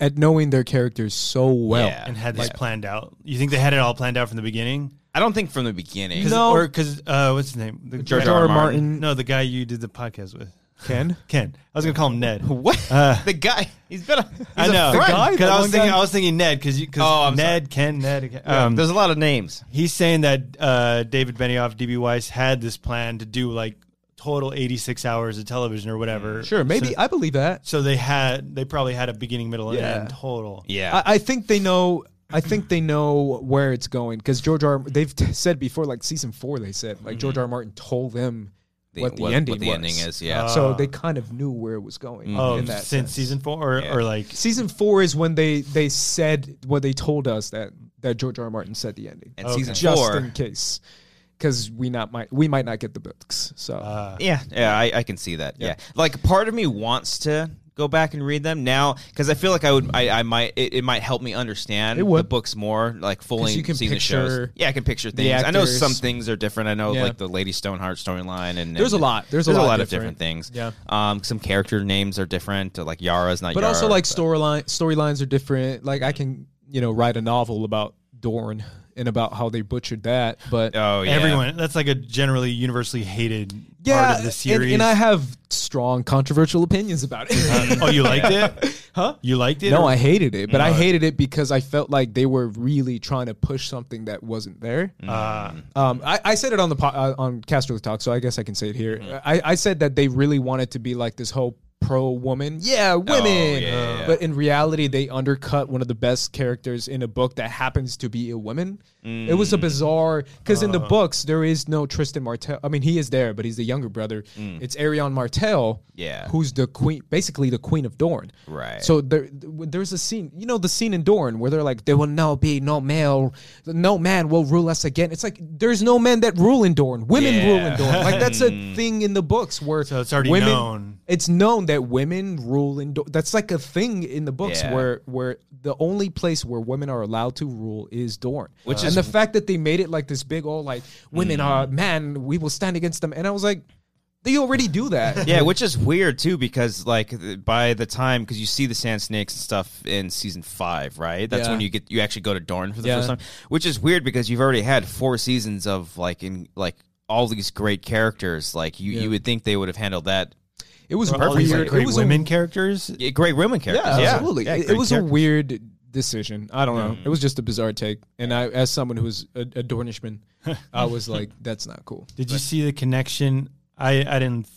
Speaker 2: at knowing their characters so well.
Speaker 1: Yeah.
Speaker 3: and had this planned out. You think they had it all planned out from the beginning?
Speaker 1: I don't think from the beginning.
Speaker 2: No.
Speaker 3: because uh, what's his name? The
Speaker 1: George
Speaker 3: guy-
Speaker 1: R. R.
Speaker 2: Martin.
Speaker 3: No, the guy you did the podcast with,
Speaker 2: Ken,
Speaker 3: Ken. I was gonna call him Ned.
Speaker 1: What?
Speaker 3: Uh,
Speaker 1: the guy. He's been. A, he's
Speaker 3: I know
Speaker 1: A friend.
Speaker 2: guy?
Speaker 3: because
Speaker 2: That
Speaker 3: I was
Speaker 2: one
Speaker 3: thinking
Speaker 2: guy?
Speaker 3: I was thinking Ned because
Speaker 1: Oh, I'm
Speaker 3: Ned Ken Ned.
Speaker 1: Yeah,
Speaker 3: Um,
Speaker 1: There's a lot of names.
Speaker 3: he's saying that uh, David Benioff, DB Weiss had this plan to do like total 86 hours of television or whatever.
Speaker 2: sure, maybe
Speaker 3: So,
Speaker 2: I believe that.
Speaker 3: so they had they probably had a beginning, middle, and
Speaker 2: Yeah.
Speaker 3: end total.
Speaker 1: Yeah.
Speaker 2: I, I think they know. I think they know where it's going because George R. They've t- said before, like season four, they said like George R. Martin told them what the ending
Speaker 1: Mm-hmm. the
Speaker 2: was.
Speaker 1: ending is. Yeah. Mm-hmm.
Speaker 2: so they kind of knew where it was going.
Speaker 3: Oh,
Speaker 2: in
Speaker 3: Ah. since
Speaker 2: that sense.
Speaker 3: season four or,
Speaker 1: Yeah.
Speaker 3: or like
Speaker 2: Season four is when they they said what they told us that that George R. R. Martin said the ending.
Speaker 1: and season
Speaker 2: just
Speaker 1: four.
Speaker 2: in case, because we not might we might not get the books. So
Speaker 3: Ah. Uh,
Speaker 1: yeah. Yeah. I, I can see that. Yeah. Like part of me wants to go back and read them now because I feel like I would. I, I might. It, it might help me understand
Speaker 2: It would.
Speaker 1: the books more. Like fully
Speaker 2: 'Cause you can
Speaker 1: seeing the shows.
Speaker 2: picture
Speaker 1: Yeah, I can picture things. I know
Speaker 2: actors.
Speaker 1: some things are different. I know
Speaker 2: Yeah.
Speaker 1: like the Lady Stoneheart storyline and
Speaker 2: There's a
Speaker 1: and-
Speaker 2: lot. There's a lot
Speaker 1: of different
Speaker 2: different.
Speaker 1: things.
Speaker 2: Yeah.
Speaker 1: Um. Some character names are different. uh, Like Yara's not.
Speaker 2: but also
Speaker 1: Yara,
Speaker 2: like storyline storylines are different. Like I can you know write a novel about Dorne. and about how they butchered that. But
Speaker 1: Oh yeah.
Speaker 3: Everyone, that's like a generally universally hated part of the
Speaker 2: and,
Speaker 3: series.
Speaker 2: and I have strong controversial opinions about it.
Speaker 3: oh, you liked it? huh? You liked it?
Speaker 2: No,
Speaker 3: or-
Speaker 2: I hated it, but I hated it because I felt like they were really trying to push something that wasn't there.
Speaker 3: Uh,
Speaker 1: Mm-hmm.
Speaker 2: Um, I, I said it on the po- uh, on Castro Talk, so I guess I can say it here. I, I said that they really wanted to be like this whole pro woman, yeah, women.
Speaker 1: Oh, yeah, yeah.
Speaker 2: But in reality, they undercut one of the best characters in a book that happens to be a woman. It was a bizarre because in the books there is no Tristan Martell. I mean, he is there, but he's the younger brother. It's Arion Martell,
Speaker 1: Yeah.
Speaker 2: who's the queen, basically the queen of Dorne.
Speaker 1: Right.
Speaker 2: So there, there's a scene, you know, the scene in Dorne where they're like, "There will now be no male, no man will rule us again." It's like there's no men that rule in Dorne. Women
Speaker 1: Yeah.
Speaker 2: rule in Dorne. Like that's a thing in the books where
Speaker 3: So it's already
Speaker 2: women,
Speaker 3: known.
Speaker 2: It's known that women rule in Dorne. That's like a thing in the books
Speaker 1: Yeah.
Speaker 2: where where the only place where women are allowed to rule is Dorne.
Speaker 1: Which
Speaker 2: and
Speaker 1: is- Mm.
Speaker 2: the fact that they made it like this big old like women are man, we will stand against them. And I was like, they already do that.
Speaker 1: Yeah, which is weird too, because like th- by the time, because you see the sand snakes and stuff in season five, right? That's
Speaker 2: Yeah.
Speaker 1: when you get you actually go to Dorne for the
Speaker 2: Yeah.
Speaker 1: first time, which is weird because you've already had four seasons of like in like all these great characters. Like you, you would think they would have handled that.
Speaker 2: It was
Speaker 3: all these like,
Speaker 2: weird.
Speaker 3: great
Speaker 2: it was a
Speaker 3: women characters.
Speaker 1: Yeah, Great women characters.
Speaker 2: Yeah,
Speaker 1: Yeah,
Speaker 2: absolutely.
Speaker 1: Yeah,
Speaker 2: it, it
Speaker 1: great
Speaker 2: was
Speaker 1: characters. Mm.
Speaker 2: a weird decision. I don't know. It was just a bizarre take. And I, as someone who's a, a Dornishman, I was like, that's not cool.
Speaker 3: Did you see the connection? I, I didn't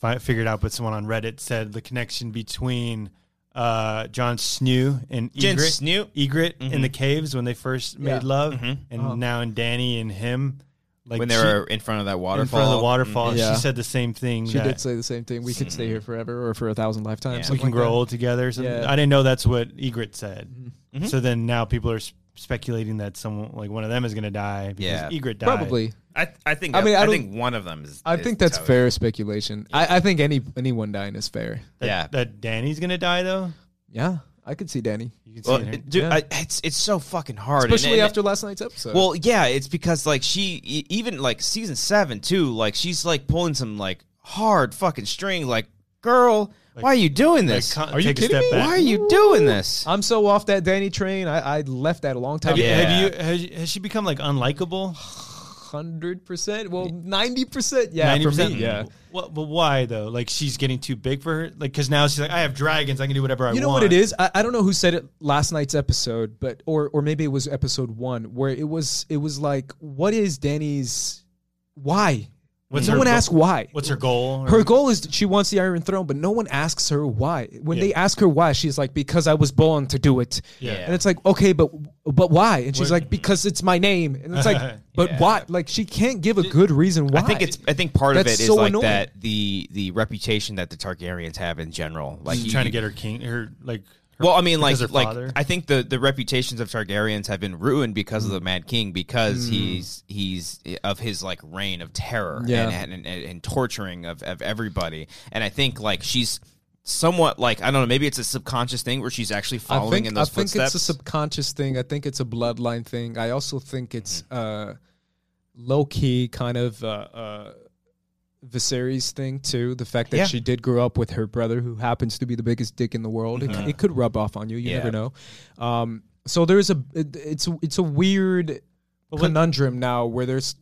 Speaker 3: fi- figure it out, but someone on Reddit said the connection between uh, John Snew and
Speaker 1: Jon Mm-hmm.
Speaker 3: Egret,
Speaker 1: Snew?
Speaker 3: Egret in the caves when they first made
Speaker 2: Yeah.
Speaker 3: love, and
Speaker 2: Oh.
Speaker 3: now in Danny and him, like
Speaker 1: Mm-hmm. when
Speaker 3: she-
Speaker 1: they were in front of that waterfall.
Speaker 3: in front of the waterfall,
Speaker 2: Mm-hmm. Yeah.
Speaker 3: she said the same thing.
Speaker 2: She
Speaker 3: that
Speaker 2: did say the same thing. We could stay here forever or for a thousand lifetimes.
Speaker 3: we
Speaker 2: something
Speaker 3: can
Speaker 2: like
Speaker 3: grow
Speaker 2: that.
Speaker 3: old together. So
Speaker 2: Yeah. Mm-hmm.
Speaker 3: I didn't know that's what Egret said.
Speaker 1: Mm-hmm.
Speaker 3: So then now people are s- speculating that someone like one of them is going to die because
Speaker 1: Yeah.
Speaker 3: Egret died.
Speaker 2: Probably.
Speaker 1: I, I think.
Speaker 2: I
Speaker 1: that-
Speaker 2: mean, I don't-
Speaker 1: think one of them is.
Speaker 2: I
Speaker 1: is
Speaker 2: think that's
Speaker 1: Tywin.
Speaker 2: fair speculation. I, I think any anyone dying is fair.
Speaker 3: That,
Speaker 1: Yeah.
Speaker 3: that Danny's going to die though.
Speaker 2: Yeah, I could see Danny,
Speaker 3: You can see
Speaker 1: Well,
Speaker 3: it here.
Speaker 1: dude,
Speaker 2: Yeah.
Speaker 1: I, it's it's so fucking hard, and-
Speaker 2: especially
Speaker 1: and-
Speaker 2: after last night's episode.
Speaker 1: Well, yeah, it's because like she e- even like season seven too. Like she's like pulling some like hard fucking string. Like, girl, why are you doing this?
Speaker 3: Con-
Speaker 2: Are you
Speaker 3: take
Speaker 2: kidding
Speaker 3: a step
Speaker 2: me?
Speaker 3: back.
Speaker 1: why are you doing this?
Speaker 2: I'm so off that Danny train. I, I left that a long time
Speaker 3: Have you,
Speaker 2: ago.
Speaker 1: Yeah.
Speaker 3: have you, has, has she become like unlikable?
Speaker 2: Hundred percent. Well, ninety percent. Yeah, for
Speaker 3: 90%?
Speaker 2: me. Yeah.
Speaker 3: Well, but why though? Like she's getting too big for her. Like because now she's like, I have dragons. I can do whatever I want.
Speaker 2: You know what it is? I, I don't know who said it last night's episode, but or or maybe it was episode one where it was it was like, what is Danny's why?
Speaker 3: What's
Speaker 2: no
Speaker 3: her
Speaker 2: one
Speaker 3: goal-
Speaker 2: asked why.
Speaker 3: What's her goal?
Speaker 2: her goal is that she wants the Iron Throne, but no one asks her why. When they ask her why, she's like, "Because I was born to do it."
Speaker 3: Yeah.
Speaker 2: and it's like, okay, but but why? And she's like, "Because it's my name." And it's like, but why? Like she can't give a good reason why.
Speaker 1: I think it's. I think part of
Speaker 2: That's
Speaker 1: it is
Speaker 2: so
Speaker 1: like
Speaker 2: annoying.
Speaker 1: that the the reputation that the Targaryens have in general. Like
Speaker 3: She's
Speaker 1: you-
Speaker 3: trying to
Speaker 1: you-
Speaker 3: get her king. Her like. her-
Speaker 1: Well, I mean, like,
Speaker 3: because her
Speaker 1: like
Speaker 3: father.
Speaker 1: I think the, the reputations of Targaryens have been ruined because of the Mad King, because he's he's of his like reign of terror
Speaker 2: Yeah.
Speaker 1: and, and, and and torturing of, of everybody, and I think like she's somewhat like I don't know, maybe it's a subconscious thing where she's actually
Speaker 2: I
Speaker 1: following
Speaker 2: think,
Speaker 1: in those
Speaker 2: I think
Speaker 1: footsteps.
Speaker 2: it's a subconscious thing. I think it's a bloodline thing. I also
Speaker 1: Mm-hmm.
Speaker 2: think it's uh, low key kind of uh, uh, Viserys thing too. The fact that
Speaker 1: Yeah.
Speaker 2: she did grow up with her brother, who happens to be the biggest dick in the world. It c- It, could rub off on you. You
Speaker 1: Mm-hmm. Yeah.
Speaker 2: never know. Um, so there's a it- it's it's a weird conundrum now where there's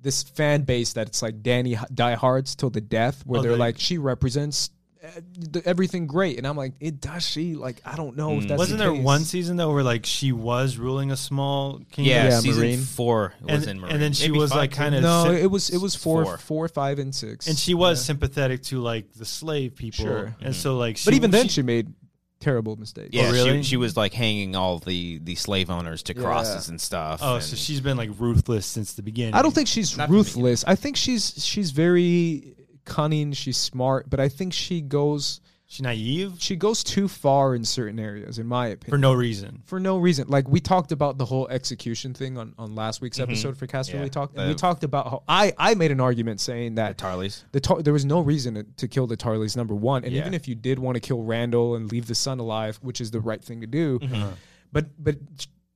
Speaker 2: this fan base that it's like Danny diehards till the death, where
Speaker 3: Oh,
Speaker 2: they're
Speaker 3: they-
Speaker 2: like she represents. uh, the- Everything great, and I'm like, it does she? Like, I don't know
Speaker 1: Mm.
Speaker 2: if that's
Speaker 3: Wasn't
Speaker 2: the
Speaker 3: there
Speaker 2: case.
Speaker 3: one season though where like she was ruling a small kingdom?
Speaker 1: yeah,
Speaker 2: Yeah,
Speaker 1: season
Speaker 2: Marine.
Speaker 1: four
Speaker 3: and,
Speaker 1: was in Marine,
Speaker 3: and then she
Speaker 1: Maybe
Speaker 3: was
Speaker 1: five,
Speaker 3: like
Speaker 1: too.
Speaker 3: kind of
Speaker 2: No, it was it was four, four,
Speaker 1: four.
Speaker 2: five, and six.
Speaker 3: and she was sympathetic to like the slave people.
Speaker 2: Sure. Mm-hmm.
Speaker 3: And so like, she,
Speaker 2: but even then, she, made terrible mistakes.
Speaker 1: Yeah,
Speaker 3: Oh, really?
Speaker 1: she, she was like hanging all the, the slave owners to crosses and stuff.
Speaker 3: oh,
Speaker 1: and-
Speaker 3: so she's been like ruthless since the beginning.
Speaker 2: I don't think she's
Speaker 1: Not for me.
Speaker 2: ruthless. I think she's she's very cunning. She's smart, but I think she goes
Speaker 3: she's naive
Speaker 2: she goes too far in certain areas, in my opinion.
Speaker 3: for no reason.
Speaker 2: for no reason. Like we talked about the whole execution thing on, on last week's episode for Castro.
Speaker 1: Yeah.
Speaker 2: We talked and we
Speaker 1: The-
Speaker 2: talked about how I, I made an argument saying that
Speaker 1: Tarleys.
Speaker 2: the tar- there was no reason to, to kill the Tarleys number one, and
Speaker 1: Yeah.
Speaker 2: even if you did want to kill Randall and leave the son alive, which is the right thing to do,
Speaker 1: Mm-hmm.
Speaker 2: but but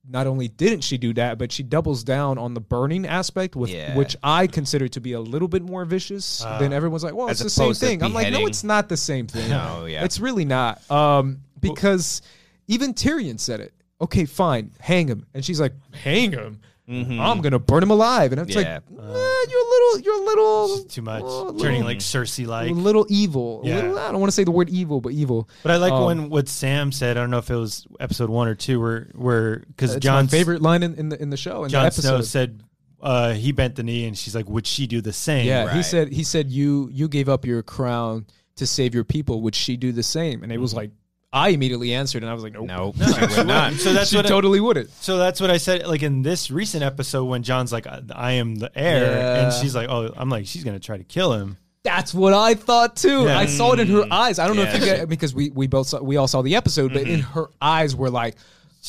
Speaker 2: not only didn't she do that, but she doubles down on the burning aspect, with
Speaker 1: Yeah.
Speaker 2: which I consider to be a little bit more vicious. than everyone's like, well, it's
Speaker 1: As
Speaker 2: the same
Speaker 1: opposed to
Speaker 2: thing. I'm like, no,
Speaker 1: beheading.
Speaker 2: it's not the same thing.
Speaker 1: No, Oh, yeah.
Speaker 2: it's really not. Um, because even Tyrion said it. Okay, fine, hang him, and she's like, hang him. I'm gonna burn him alive, and it's
Speaker 1: Mm-hmm. Yeah.
Speaker 2: like "Nah, you're a little, you're a little
Speaker 3: It's too much.
Speaker 2: a little-
Speaker 3: Turning like Cersei like.
Speaker 2: a little evil. A
Speaker 3: Yeah.
Speaker 2: little, I don't want to say the word evil, but evil.
Speaker 3: But I like
Speaker 2: Um,
Speaker 3: when what Sam said. I don't know if it was episode one or two, where where because
Speaker 2: It's
Speaker 3: John's
Speaker 2: my favorite line in, in the in the show in the
Speaker 3: Jon Snow
Speaker 2: episode.
Speaker 3: said uh, he bent the knee, and she's like, "Would she do the same?"
Speaker 2: yeah, he
Speaker 1: Right.
Speaker 2: said he said you you gave up your crown to save your people. Would she do the same? And it
Speaker 3: Mm-hmm.
Speaker 2: was like I immediately answered, and I was like, nope.
Speaker 1: No, she would not.
Speaker 3: So that's
Speaker 2: she
Speaker 3: what.
Speaker 2: totally wouldn't.
Speaker 3: so that's what I said. Like in this recent episode, when John's like, "I, I am the heir," and
Speaker 2: Yeah.
Speaker 3: she's like, "Oh, I'm like, she's gonna try to kill him."
Speaker 2: That's what I thought too.
Speaker 3: Yeah. Mm-hmm.
Speaker 2: I saw it in her eyes. I don't know if you
Speaker 1: Yeah.
Speaker 2: get because we we both saw, we all saw the episode, but
Speaker 3: Mm-hmm.
Speaker 2: in her eyes were like,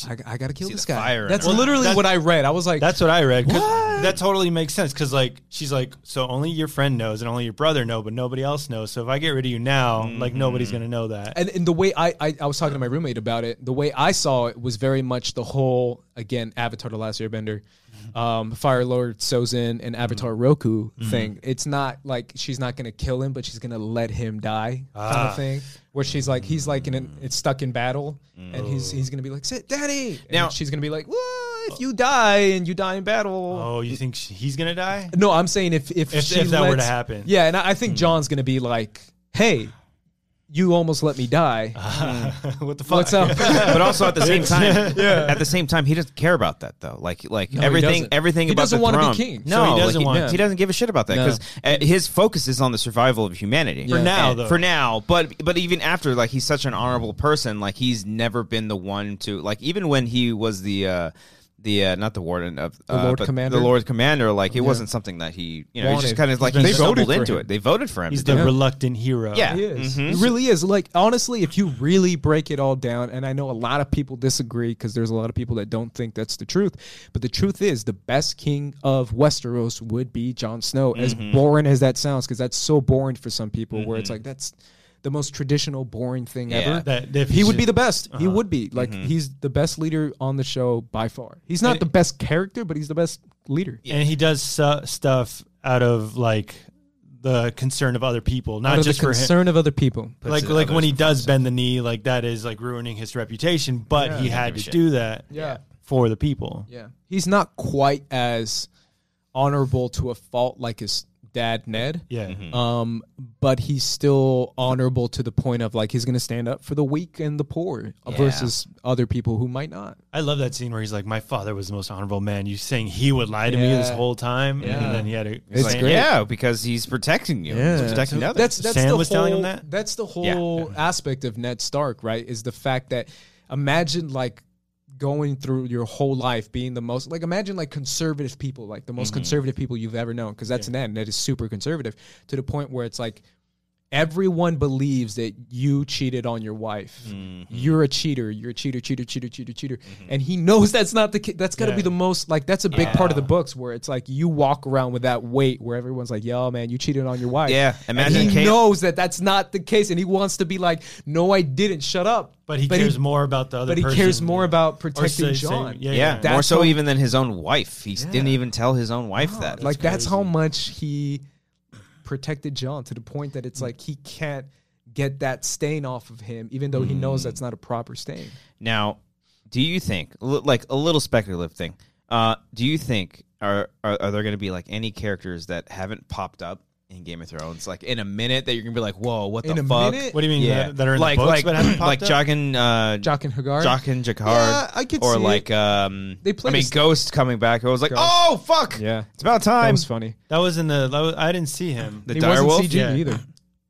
Speaker 2: I, I gotta kill
Speaker 1: See
Speaker 2: this
Speaker 1: the fire
Speaker 2: guy.
Speaker 1: in
Speaker 2: That's
Speaker 1: her
Speaker 2: literally
Speaker 3: eyes.
Speaker 2: what I read. I was like,
Speaker 3: That's what I read. 'cause That totally makes sense because like she's like, so only your friend knows and only your brother know, but nobody else knows. So if I get rid of you now, like nobody's gonna know that.
Speaker 2: Mm-hmm. and, and the way I, I I was talking to my roommate about it, the way I saw it was very much the whole again Avatar: The Last Airbender,
Speaker 3: Mm-hmm.
Speaker 2: um, Fire Lord Sozin and Avatar Roku thing. It's not like she's not gonna kill him, but she's gonna let him die kind
Speaker 3: Ah.
Speaker 2: of thing. Where she's like he's like in
Speaker 3: Mm.
Speaker 2: an, it's stuck in battle, and
Speaker 3: Oh.
Speaker 2: he's he's gonna be like, "Sit, Daddy," and
Speaker 1: Now-
Speaker 2: she's gonna be like, "Well, if you die and you die in battle."
Speaker 3: Oh, you think she, he's gonna die?
Speaker 2: No, I'm saying if if,
Speaker 3: If-
Speaker 2: she
Speaker 3: if that were to
Speaker 2: lets-
Speaker 3: happen. Mm.
Speaker 2: yeah, and I, I think John's gonna be like, "Hey, you almost let me die.
Speaker 3: what the fuck?
Speaker 2: What's up?"
Speaker 1: but also at the same time, at the same time, he doesn't care about that though. Like, like
Speaker 2: he
Speaker 1: everything,
Speaker 2: doesn't.
Speaker 1: everything
Speaker 2: He
Speaker 1: about
Speaker 2: doesn't
Speaker 1: the
Speaker 2: wanna be
Speaker 1: throne.
Speaker 2: king.
Speaker 1: No,
Speaker 3: So he doesn't
Speaker 1: like,
Speaker 3: want-
Speaker 1: he, he doesn't give a shit about that
Speaker 2: No.
Speaker 1: because his focus is on the survival of humanity
Speaker 2: For Yeah.
Speaker 3: now,
Speaker 1: And-
Speaker 3: though.
Speaker 1: For now, but but even after, like he's such an honorable person. Like he's never been the one to like even when he was the. uh the uh, not the warden of uh,
Speaker 2: Lord
Speaker 1: but
Speaker 2: Commander?
Speaker 1: the Lord Commander like it wasn't something that he you know he's
Speaker 2: Wanted.
Speaker 1: just kind of like
Speaker 2: He's
Speaker 1: he
Speaker 2: been- They voted
Speaker 1: stumbled
Speaker 2: for
Speaker 1: into
Speaker 2: him.
Speaker 1: it they voted for him
Speaker 3: He's
Speaker 1: to
Speaker 3: the
Speaker 1: do it.
Speaker 3: reluctant hero.
Speaker 1: yeah
Speaker 2: He is.
Speaker 1: Mhm.
Speaker 3: Mm-hmm.
Speaker 2: He really is. Like honestly, if you really break it all down, and I know a lot of people disagree because there's a lot of people that don't think that's the truth. But the truth is, the best king of Westeros would be Jon Snow. As
Speaker 3: Mm-hmm.
Speaker 2: boring as that sounds, because that's so boring for some people, where it's like that's the most traditional boring thing ever.
Speaker 3: That- Uh-huh. that
Speaker 2: he would
Speaker 3: should-
Speaker 2: be the best. He would be like
Speaker 3: Mm-hmm.
Speaker 2: he's the best leader on the show by far. He's not the best character, but he's the best leader.
Speaker 3: and he does su- stuff out of like the concern of other people,
Speaker 2: Out
Speaker 3: not
Speaker 2: of the
Speaker 3: just for him.
Speaker 2: concern of other people.
Speaker 3: Like
Speaker 1: the
Speaker 3: like when
Speaker 1: others
Speaker 3: he does bend the knee, like that is like ruining his reputation. But he had to do that
Speaker 2: Yeah.
Speaker 3: for the people.
Speaker 2: Yeah. He's not quite as honorable to a fault like his dad Ned.
Speaker 3: Yeah.
Speaker 1: Mm-hmm.
Speaker 2: Um, but he's still honorable to the point of like he's gonna stand up for the weak and the poor versus other people who might not.
Speaker 3: I love that scene where he's like, "My father was the most honorable man." You saying he would lie to me this
Speaker 2: Yeah.
Speaker 3: whole time,
Speaker 2: Yeah.
Speaker 3: and then he had a
Speaker 2: It's
Speaker 3: saying-
Speaker 2: great.
Speaker 1: yeah because he's protecting you he's protecting others
Speaker 2: That's that's
Speaker 3: Sam
Speaker 2: the
Speaker 3: was
Speaker 2: whole,
Speaker 3: telling him that?
Speaker 2: That's the
Speaker 1: Yeah.
Speaker 2: whole aspect of Ned Stark, right? Is the fact that imagine like going through your whole life being the most like imagine like conservative people, like the most
Speaker 3: Mm-hmm.
Speaker 2: conservative people you've ever known, because that's Ned. Ned is super conservative to the point where it's like everyone believes that you cheated on your wife.
Speaker 3: Mm-hmm.
Speaker 2: You're a cheater. You're a cheater, cheater, cheater, cheater, cheater. And he knows that's not the case. That's got to be
Speaker 3: Yeah.
Speaker 2: the most, like, that's a big part of the books where it's like you walk around with that weight where everyone's like, yo, man, you cheated on your wife.
Speaker 1: Yeah, imagine
Speaker 2: and he
Speaker 1: Kate-
Speaker 2: knows that that's not the case. And he wants to be like, no, I didn't. Shut up.
Speaker 3: But he cares more about the other.
Speaker 2: But he
Speaker 3: person.
Speaker 2: cares more about
Speaker 3: Or
Speaker 2: protecting
Speaker 3: say- say-
Speaker 2: John.
Speaker 3: yeah,
Speaker 1: Yeah,
Speaker 3: yeah.
Speaker 1: more
Speaker 2: That's
Speaker 1: so
Speaker 2: how-
Speaker 1: even than his own wife. He didn't even tell his own wife that.
Speaker 2: like that's how much he protected John to the point that
Speaker 1: Mm.
Speaker 2: it's like he can't get that stain off of him, even though he knows
Speaker 1: Mm.
Speaker 2: that's not a proper stain.
Speaker 1: now, do you think, l- like a little speculative thing, uh, do you think are are, are there going to be like any characters that haven't popped up in Game of Thrones, like in a minute that you're gonna be like, whoa, what
Speaker 2: In
Speaker 1: the
Speaker 2: a
Speaker 1: fuck?
Speaker 2: minute?
Speaker 3: What do you mean
Speaker 1: Yeah,
Speaker 3: that, that are in
Speaker 1: like
Speaker 3: the books
Speaker 1: like
Speaker 3: but haven't
Speaker 1: like
Speaker 3: popped up?
Speaker 1: Jocken, uh,
Speaker 2: Jock and Hagar.
Speaker 1: Jock and Jakar,
Speaker 2: Yeah, I could
Speaker 1: or
Speaker 2: see
Speaker 1: like um, they
Speaker 2: They played
Speaker 1: I mean,
Speaker 2: a-
Speaker 1: Ghost coming back. I was like, oh fuck,
Speaker 2: Yeah.
Speaker 1: it's about time.
Speaker 2: That was funny.
Speaker 3: That was in the. that was- I didn't see him.
Speaker 1: The
Speaker 2: It wasn't
Speaker 1: direwolf,
Speaker 2: CG
Speaker 3: Yeah.
Speaker 2: either.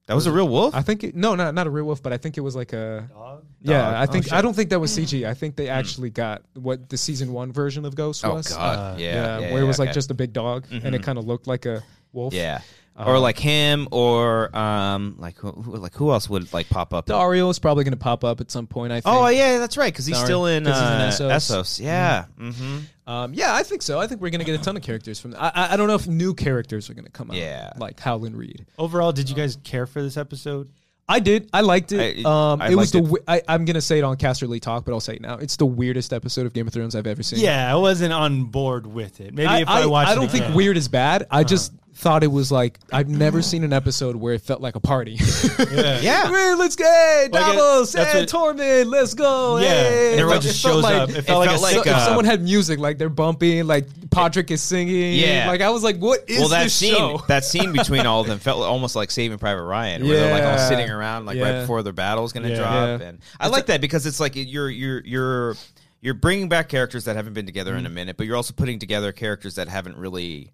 Speaker 1: that was a real wolf.
Speaker 2: I think it, no, not not a real wolf, but I think it was like a
Speaker 3: Dog?
Speaker 2: yeah.
Speaker 1: Oh,
Speaker 2: I think I don't think that was CG. I think they actually got what the season one version of Ghost
Speaker 1: Mm. oh
Speaker 2: was. uh,
Speaker 1: god, yeah, yeah,
Speaker 2: where it was like
Speaker 1: okay.
Speaker 2: just a big dog, and it kind of looked like a wolf.
Speaker 1: Yeah.
Speaker 2: Uh-huh.
Speaker 1: or like him, or um, like who, who, like who else would like pop up?
Speaker 2: Dario is probably going to pop up at some point. I think.
Speaker 1: Oh yeah, that's right, because he's
Speaker 2: Sorry.
Speaker 1: still in,
Speaker 2: 'Cause he's in
Speaker 1: uh,
Speaker 2: Essos.
Speaker 1: Essos. Yeah. Mm-hmm.
Speaker 2: Um, yeah, I think so. I think we're gonna get a ton of characters from. I- I, I don't know if new characters are gonna come out.
Speaker 1: Yeah.
Speaker 2: like Howlin' Reed.
Speaker 3: Overall,
Speaker 2: Oh.
Speaker 3: did you guys care for this episode?
Speaker 2: I did. I liked it.
Speaker 1: I-
Speaker 2: um,
Speaker 1: I
Speaker 2: it was
Speaker 1: liked
Speaker 2: the.
Speaker 1: it.
Speaker 2: we- I, am gonna say it on Casterly Talk, but I'll say it now. It's the weirdest episode of Game of Thrones I've ever seen.
Speaker 3: Yeah, I wasn't on board with it. Maybe if I, watched,
Speaker 2: I don't
Speaker 3: it
Speaker 2: think
Speaker 3: again. Uh-huh.
Speaker 2: weird is bad. I just thought it was like I've never seen an episode where it felt like a party.
Speaker 1: Yeah.
Speaker 2: Man, let's go,
Speaker 3: Like it-
Speaker 2: Davos,
Speaker 3: that's
Speaker 2: and
Speaker 3: what-
Speaker 2: Tormund, let's go.
Speaker 3: Yeah,
Speaker 2: hey.
Speaker 3: and everyone
Speaker 2: It felt-
Speaker 3: just
Speaker 2: it felt
Speaker 3: shows
Speaker 2: like-
Speaker 3: up. It felt,
Speaker 1: it felt
Speaker 3: like a
Speaker 1: like,
Speaker 2: if
Speaker 1: uh,
Speaker 3: sitcom.
Speaker 2: someone had music, like they're bumping, like Podrick is singing,
Speaker 1: Yeah.
Speaker 2: like I was like, "What is
Speaker 1: well, that
Speaker 2: this
Speaker 1: scene,
Speaker 2: show?"
Speaker 1: that scene between all of them felt almost like Saving Private Ryan, where they're like all
Speaker 2: Yeah.
Speaker 1: sitting around, like right
Speaker 2: Yeah.
Speaker 1: before their battle's going to
Speaker 3: Yeah.
Speaker 1: drop.
Speaker 2: Yeah.
Speaker 1: And I like that because it's like you're you're you're you're bringing back characters that haven't been together
Speaker 2: Mm.
Speaker 1: in a minute, but you're also putting together characters that haven't really,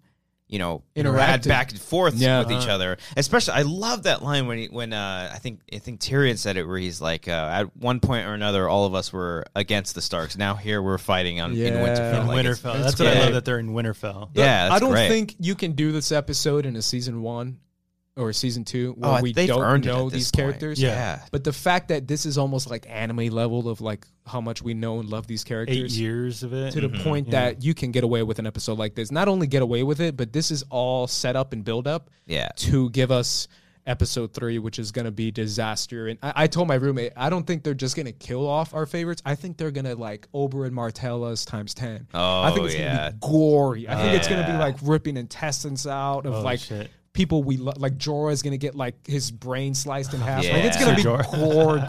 Speaker 1: you know, had
Speaker 2: Interacted.
Speaker 1: back and forth
Speaker 2: Yeah.
Speaker 1: with each other. Especially, I love that line when he, when uh, I think I think Tyrion said it, where he's like, uh, at one point or another, all of us were against the Starks. Now here we're fighting on in
Speaker 2: Yeah.
Speaker 1: Winterfell.
Speaker 3: in
Speaker 1: Like, it's-
Speaker 3: Winterfell. That's what I
Speaker 1: great.
Speaker 3: love that they're in Winterfell.
Speaker 1: Yeah, that's
Speaker 2: I don't
Speaker 1: great.
Speaker 2: think you can do this episode in a season one or season two where
Speaker 1: Oh,
Speaker 2: we
Speaker 1: they've
Speaker 2: don't
Speaker 1: earned it at
Speaker 2: know
Speaker 1: this
Speaker 2: these
Speaker 1: point.
Speaker 2: characters.
Speaker 3: Yeah.
Speaker 1: yeah.
Speaker 2: But the fact that this is almost like anime level of like how much we know and love these
Speaker 3: Eight
Speaker 2: characters
Speaker 3: years of it.
Speaker 2: to
Speaker 1: Mm-hmm.
Speaker 2: the point that you can get away with an episode like this. Not only get away with it, but this is all set up and build up
Speaker 1: Yeah.
Speaker 2: to give us episode three, which is going to be disaster. And I, I told my roommate, I don't think they're just going to kill off our favorites. I think they're going to like Oberyn Martellus times 10. I
Speaker 1: Oh,
Speaker 2: think it's
Speaker 1: yeah.
Speaker 2: going to be gory. I think it's going to be
Speaker 1: Yeah.
Speaker 2: like ripping intestines out of
Speaker 3: Oh,
Speaker 2: like
Speaker 3: shit.
Speaker 2: people we love. Like Jorah is going to get like his brain sliced in half. Like it's
Speaker 1: Yeah.
Speaker 2: going to be
Speaker 3: Sir
Speaker 2: gore,
Speaker 3: Jorah.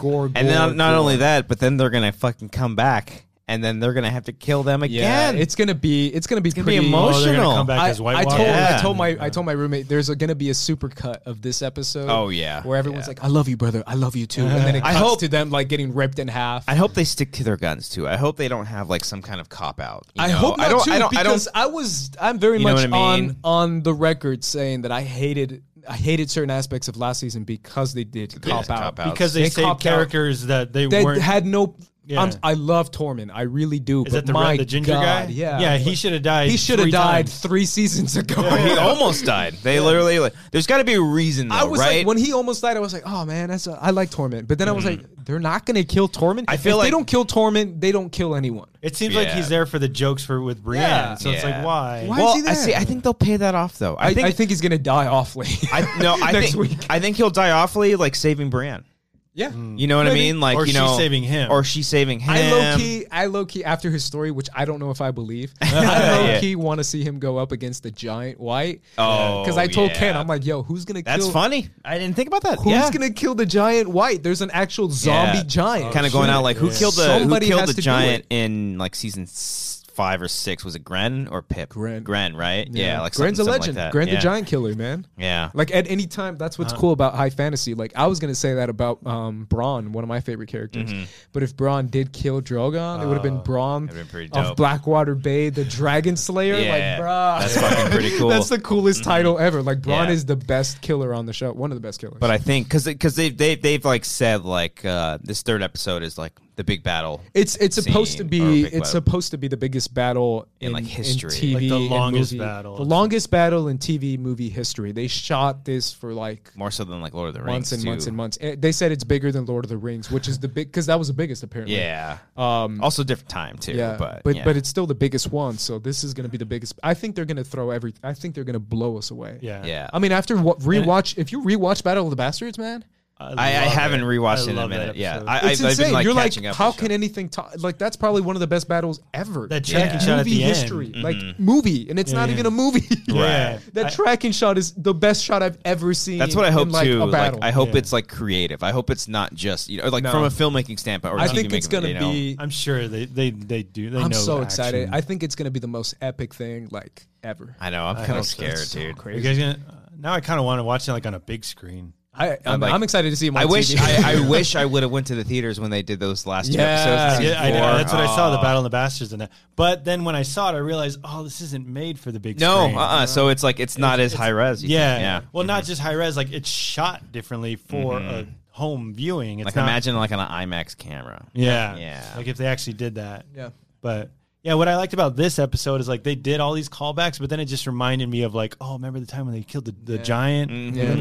Speaker 2: gore, gore.
Speaker 1: And then not
Speaker 2: gore.
Speaker 1: only that, but then they're gonna fucking come back, and then they're gonna have to kill them
Speaker 2: Yeah,
Speaker 1: again.
Speaker 2: it's gonna be it's gonna be
Speaker 1: gonna be
Speaker 2: pretty
Speaker 1: emotional.
Speaker 3: Oh, they're gonna come back
Speaker 2: I,
Speaker 3: as
Speaker 2: I
Speaker 3: White
Speaker 2: told
Speaker 3: Walkers.
Speaker 1: Yeah.
Speaker 2: I told my I told my roommate there's a, gonna be a super cut of this episode.
Speaker 1: Oh, yeah.
Speaker 2: where everyone's
Speaker 1: Yeah.
Speaker 2: like, "I love you, brother. I love you too," and then it
Speaker 1: I
Speaker 2: cuts
Speaker 1: hope-
Speaker 2: to them like getting ripped in half.
Speaker 1: I hope they stick to their guns too. I hope they don't have like some kind of cop out. you
Speaker 2: I
Speaker 1: know?
Speaker 2: hope not
Speaker 1: I don't,
Speaker 2: too,
Speaker 1: I don't, I don't-
Speaker 2: because I, was I'm very
Speaker 1: You know
Speaker 2: much
Speaker 1: what I mean?
Speaker 2: on on the record saying that I hated I hated certain aspects of last season because they did cop out.
Speaker 1: cop out.
Speaker 3: because they,
Speaker 2: They
Speaker 3: saved
Speaker 2: copped out.
Speaker 3: characters that they,
Speaker 2: They
Speaker 3: weren't.
Speaker 2: had no.
Speaker 3: Yeah.
Speaker 2: I'm, I love Tormund. I really do.
Speaker 3: is
Speaker 2: but
Speaker 3: that the,
Speaker 2: my
Speaker 3: red, the ginger
Speaker 2: God,
Speaker 3: guy?
Speaker 2: Yeah,
Speaker 3: yeah. He
Speaker 2: But
Speaker 3: should have died.
Speaker 2: he should have
Speaker 3: three
Speaker 2: died
Speaker 3: times.
Speaker 2: three seasons ago.
Speaker 1: he almost died. They literally like. There's got to be a reason, though,
Speaker 2: I was
Speaker 1: right? Mm-hmm.
Speaker 2: like, when he almost died, I was like, oh man, that's a, I like Torment. But then I was like, they're not going to kill Torment.
Speaker 1: I feel
Speaker 2: if
Speaker 1: like-
Speaker 2: they don't kill Torment, they don't kill anyone.
Speaker 3: It seems like
Speaker 1: Yeah.
Speaker 3: he's there for the jokes for with Brienne.
Speaker 2: Yeah.
Speaker 3: So it's
Speaker 1: Yeah.
Speaker 3: like why?
Speaker 2: Why
Speaker 1: well,
Speaker 2: is he
Speaker 1: I
Speaker 2: there?
Speaker 1: see. I think they'll pay that off, though.
Speaker 2: I
Speaker 1: I think. I,
Speaker 2: he's going to die awfully.
Speaker 1: no. I
Speaker 2: next
Speaker 1: think.
Speaker 2: week.
Speaker 1: I think he'll die awfully, like saving Bran.
Speaker 2: yeah.
Speaker 1: You know what I
Speaker 2: Maybe.
Speaker 1: mean? Like
Speaker 3: Or
Speaker 1: you
Speaker 3: she's
Speaker 1: know,
Speaker 3: saving him.
Speaker 1: or she's saving him.
Speaker 2: I low key, I low key after his story, which I don't know if I believe. I
Speaker 1: Yeah.
Speaker 2: low key want to see him go up against the giant white.
Speaker 1: Oh,
Speaker 2: because I told
Speaker 1: yeah.
Speaker 2: Ken, I'm like, yo, who's gonna?
Speaker 1: That's
Speaker 2: kill,
Speaker 1: funny. I didn't think about that.
Speaker 2: Who's
Speaker 1: yeah.
Speaker 2: gonna kill the giant white? There's an actual zombie giant.
Speaker 1: Kind of going out like who
Speaker 2: Oh, Yeah.
Speaker 1: killed the
Speaker 2: Somebody
Speaker 1: who
Speaker 2: has
Speaker 1: killed
Speaker 2: to
Speaker 1: the
Speaker 2: do
Speaker 1: giant
Speaker 2: it.
Speaker 1: in like season s- five or six? Was it Gren or Pip?
Speaker 2: Gren.
Speaker 1: Gren, right? Yeah, like
Speaker 2: Gren's a
Speaker 1: something- something like
Speaker 2: legend.
Speaker 1: that.
Speaker 2: Gren
Speaker 1: Yeah.
Speaker 2: the giant killer, man.
Speaker 1: Yeah.
Speaker 2: Like at any time, that's what's
Speaker 1: Uh-huh.
Speaker 2: cool about high fantasy. Like I was gonna say that about um Braun, one of my favorite characters. But if Braun did kill Drogon, it would have been Braun
Speaker 1: Mm-hmm. Oh, that'd been pretty dope.
Speaker 2: of Blackwater Bay, the Dragon Slayer.
Speaker 1: Yeah,
Speaker 2: like, bruh.
Speaker 1: that's fucking pretty cool. Mm-hmm.
Speaker 2: That's the coolest title ever. Like Braun
Speaker 1: Yeah.
Speaker 2: is the best killer on the show. One of the best killers.
Speaker 1: but I think because because they they they've like said like uh, this third episode is like the big battle.
Speaker 2: it's it's supposed to
Speaker 1: Scene or
Speaker 2: be
Speaker 1: big
Speaker 2: it's
Speaker 1: web.
Speaker 2: supposed to be the biggest battle
Speaker 1: In,
Speaker 2: in,
Speaker 1: like, history.
Speaker 2: TV,
Speaker 3: Like the
Speaker 2: and
Speaker 3: longest
Speaker 2: movie.
Speaker 3: battle.
Speaker 2: the longest battle in TV movie history. They shot this for like
Speaker 1: more so than like Lord of the Rings.
Speaker 2: months and
Speaker 1: too.
Speaker 2: months and months. Eh, They said it's bigger than Lord of the Rings, which is the big because that was the biggest apparently.
Speaker 1: Yeah. Um. Also different time too.
Speaker 2: Yeah,
Speaker 1: But
Speaker 2: but
Speaker 1: yeah.
Speaker 2: but it's still the biggest one. So this is going to be the biggest. I think they're going to throw every. I think they're going to blow us away.
Speaker 3: Yeah.
Speaker 1: yeah.
Speaker 2: I mean, after what rewatch, if you rewatch Battle of the Bastards, man,
Speaker 1: I, I
Speaker 3: love
Speaker 1: haven't
Speaker 3: it.
Speaker 1: rewatched
Speaker 3: I
Speaker 1: it in a
Speaker 3: love that
Speaker 1: minute. Yeah.
Speaker 3: episode.
Speaker 1: I,
Speaker 2: it's
Speaker 1: I've, I've
Speaker 2: insane.
Speaker 1: been like
Speaker 2: You're like,
Speaker 1: catching up.
Speaker 2: how
Speaker 1: with
Speaker 2: can
Speaker 1: shit.
Speaker 2: anything talk? Like that's probably one of the best battles ever.
Speaker 3: That
Speaker 2: Like,
Speaker 3: tracking shot at
Speaker 2: movie
Speaker 3: the end.
Speaker 2: history.
Speaker 3: Mhm.
Speaker 2: Like movie, and it's not even a movie.
Speaker 3: Yeah.
Speaker 1: Mm-hmm. Right.
Speaker 2: that
Speaker 3: I-
Speaker 2: tracking shot is the best shot I've ever seen.
Speaker 1: That's what I hope
Speaker 2: in, like,
Speaker 1: too.
Speaker 2: A
Speaker 1: Like,
Speaker 2: battle.
Speaker 1: I hope
Speaker 3: Yeah.
Speaker 1: it's like creative. I hope it's not just you know like
Speaker 2: No.
Speaker 1: from a filmmaking standpoint. Or
Speaker 2: I
Speaker 1: TV
Speaker 2: think
Speaker 1: making,
Speaker 2: it's going to
Speaker 1: you know?
Speaker 2: be.
Speaker 3: I'm sure they they they do. They
Speaker 2: I'm
Speaker 3: know
Speaker 2: so
Speaker 3: action.
Speaker 2: excited. I think it's going to be the most epic thing like ever.
Speaker 1: I know. I'm kind
Speaker 3: hope
Speaker 1: of
Speaker 3: so.
Speaker 1: scared,
Speaker 3: It's so
Speaker 1: dude.
Speaker 3: Are you guys gonna? uh, Now I kind of want to watch it like on a big screen.
Speaker 2: I, I'm,
Speaker 1: like-
Speaker 2: I'm excited to see him. On
Speaker 1: I wish
Speaker 2: TV.
Speaker 1: I, I wish I would have went to the theaters when they did those last two
Speaker 2: Yeah.
Speaker 1: episodes. of
Speaker 2: Yeah,
Speaker 1: season
Speaker 3: I know.
Speaker 1: four.
Speaker 3: That's what I saw. The
Speaker 1: Oh.
Speaker 3: Battle of the Bastards and that. But then when I saw it, I realized, oh, this isn't made for the big screen.
Speaker 1: No, uh, uh so it's like it's not as high res. you think.
Speaker 3: Yeah.
Speaker 1: yeah. Mm-hmm.
Speaker 3: Well, not just high res. Like it's shot differently for a home viewing. It's
Speaker 1: Like
Speaker 3: not,
Speaker 1: imagine like on an IMAX camera.
Speaker 3: Yeah.
Speaker 1: Yeah.
Speaker 3: Like if they actually did that.
Speaker 2: Yeah.
Speaker 3: But yeah, what I liked about this episode is like they did all these callbacks, but then it just reminded me of like, oh, remember the time when they killed the, the giant?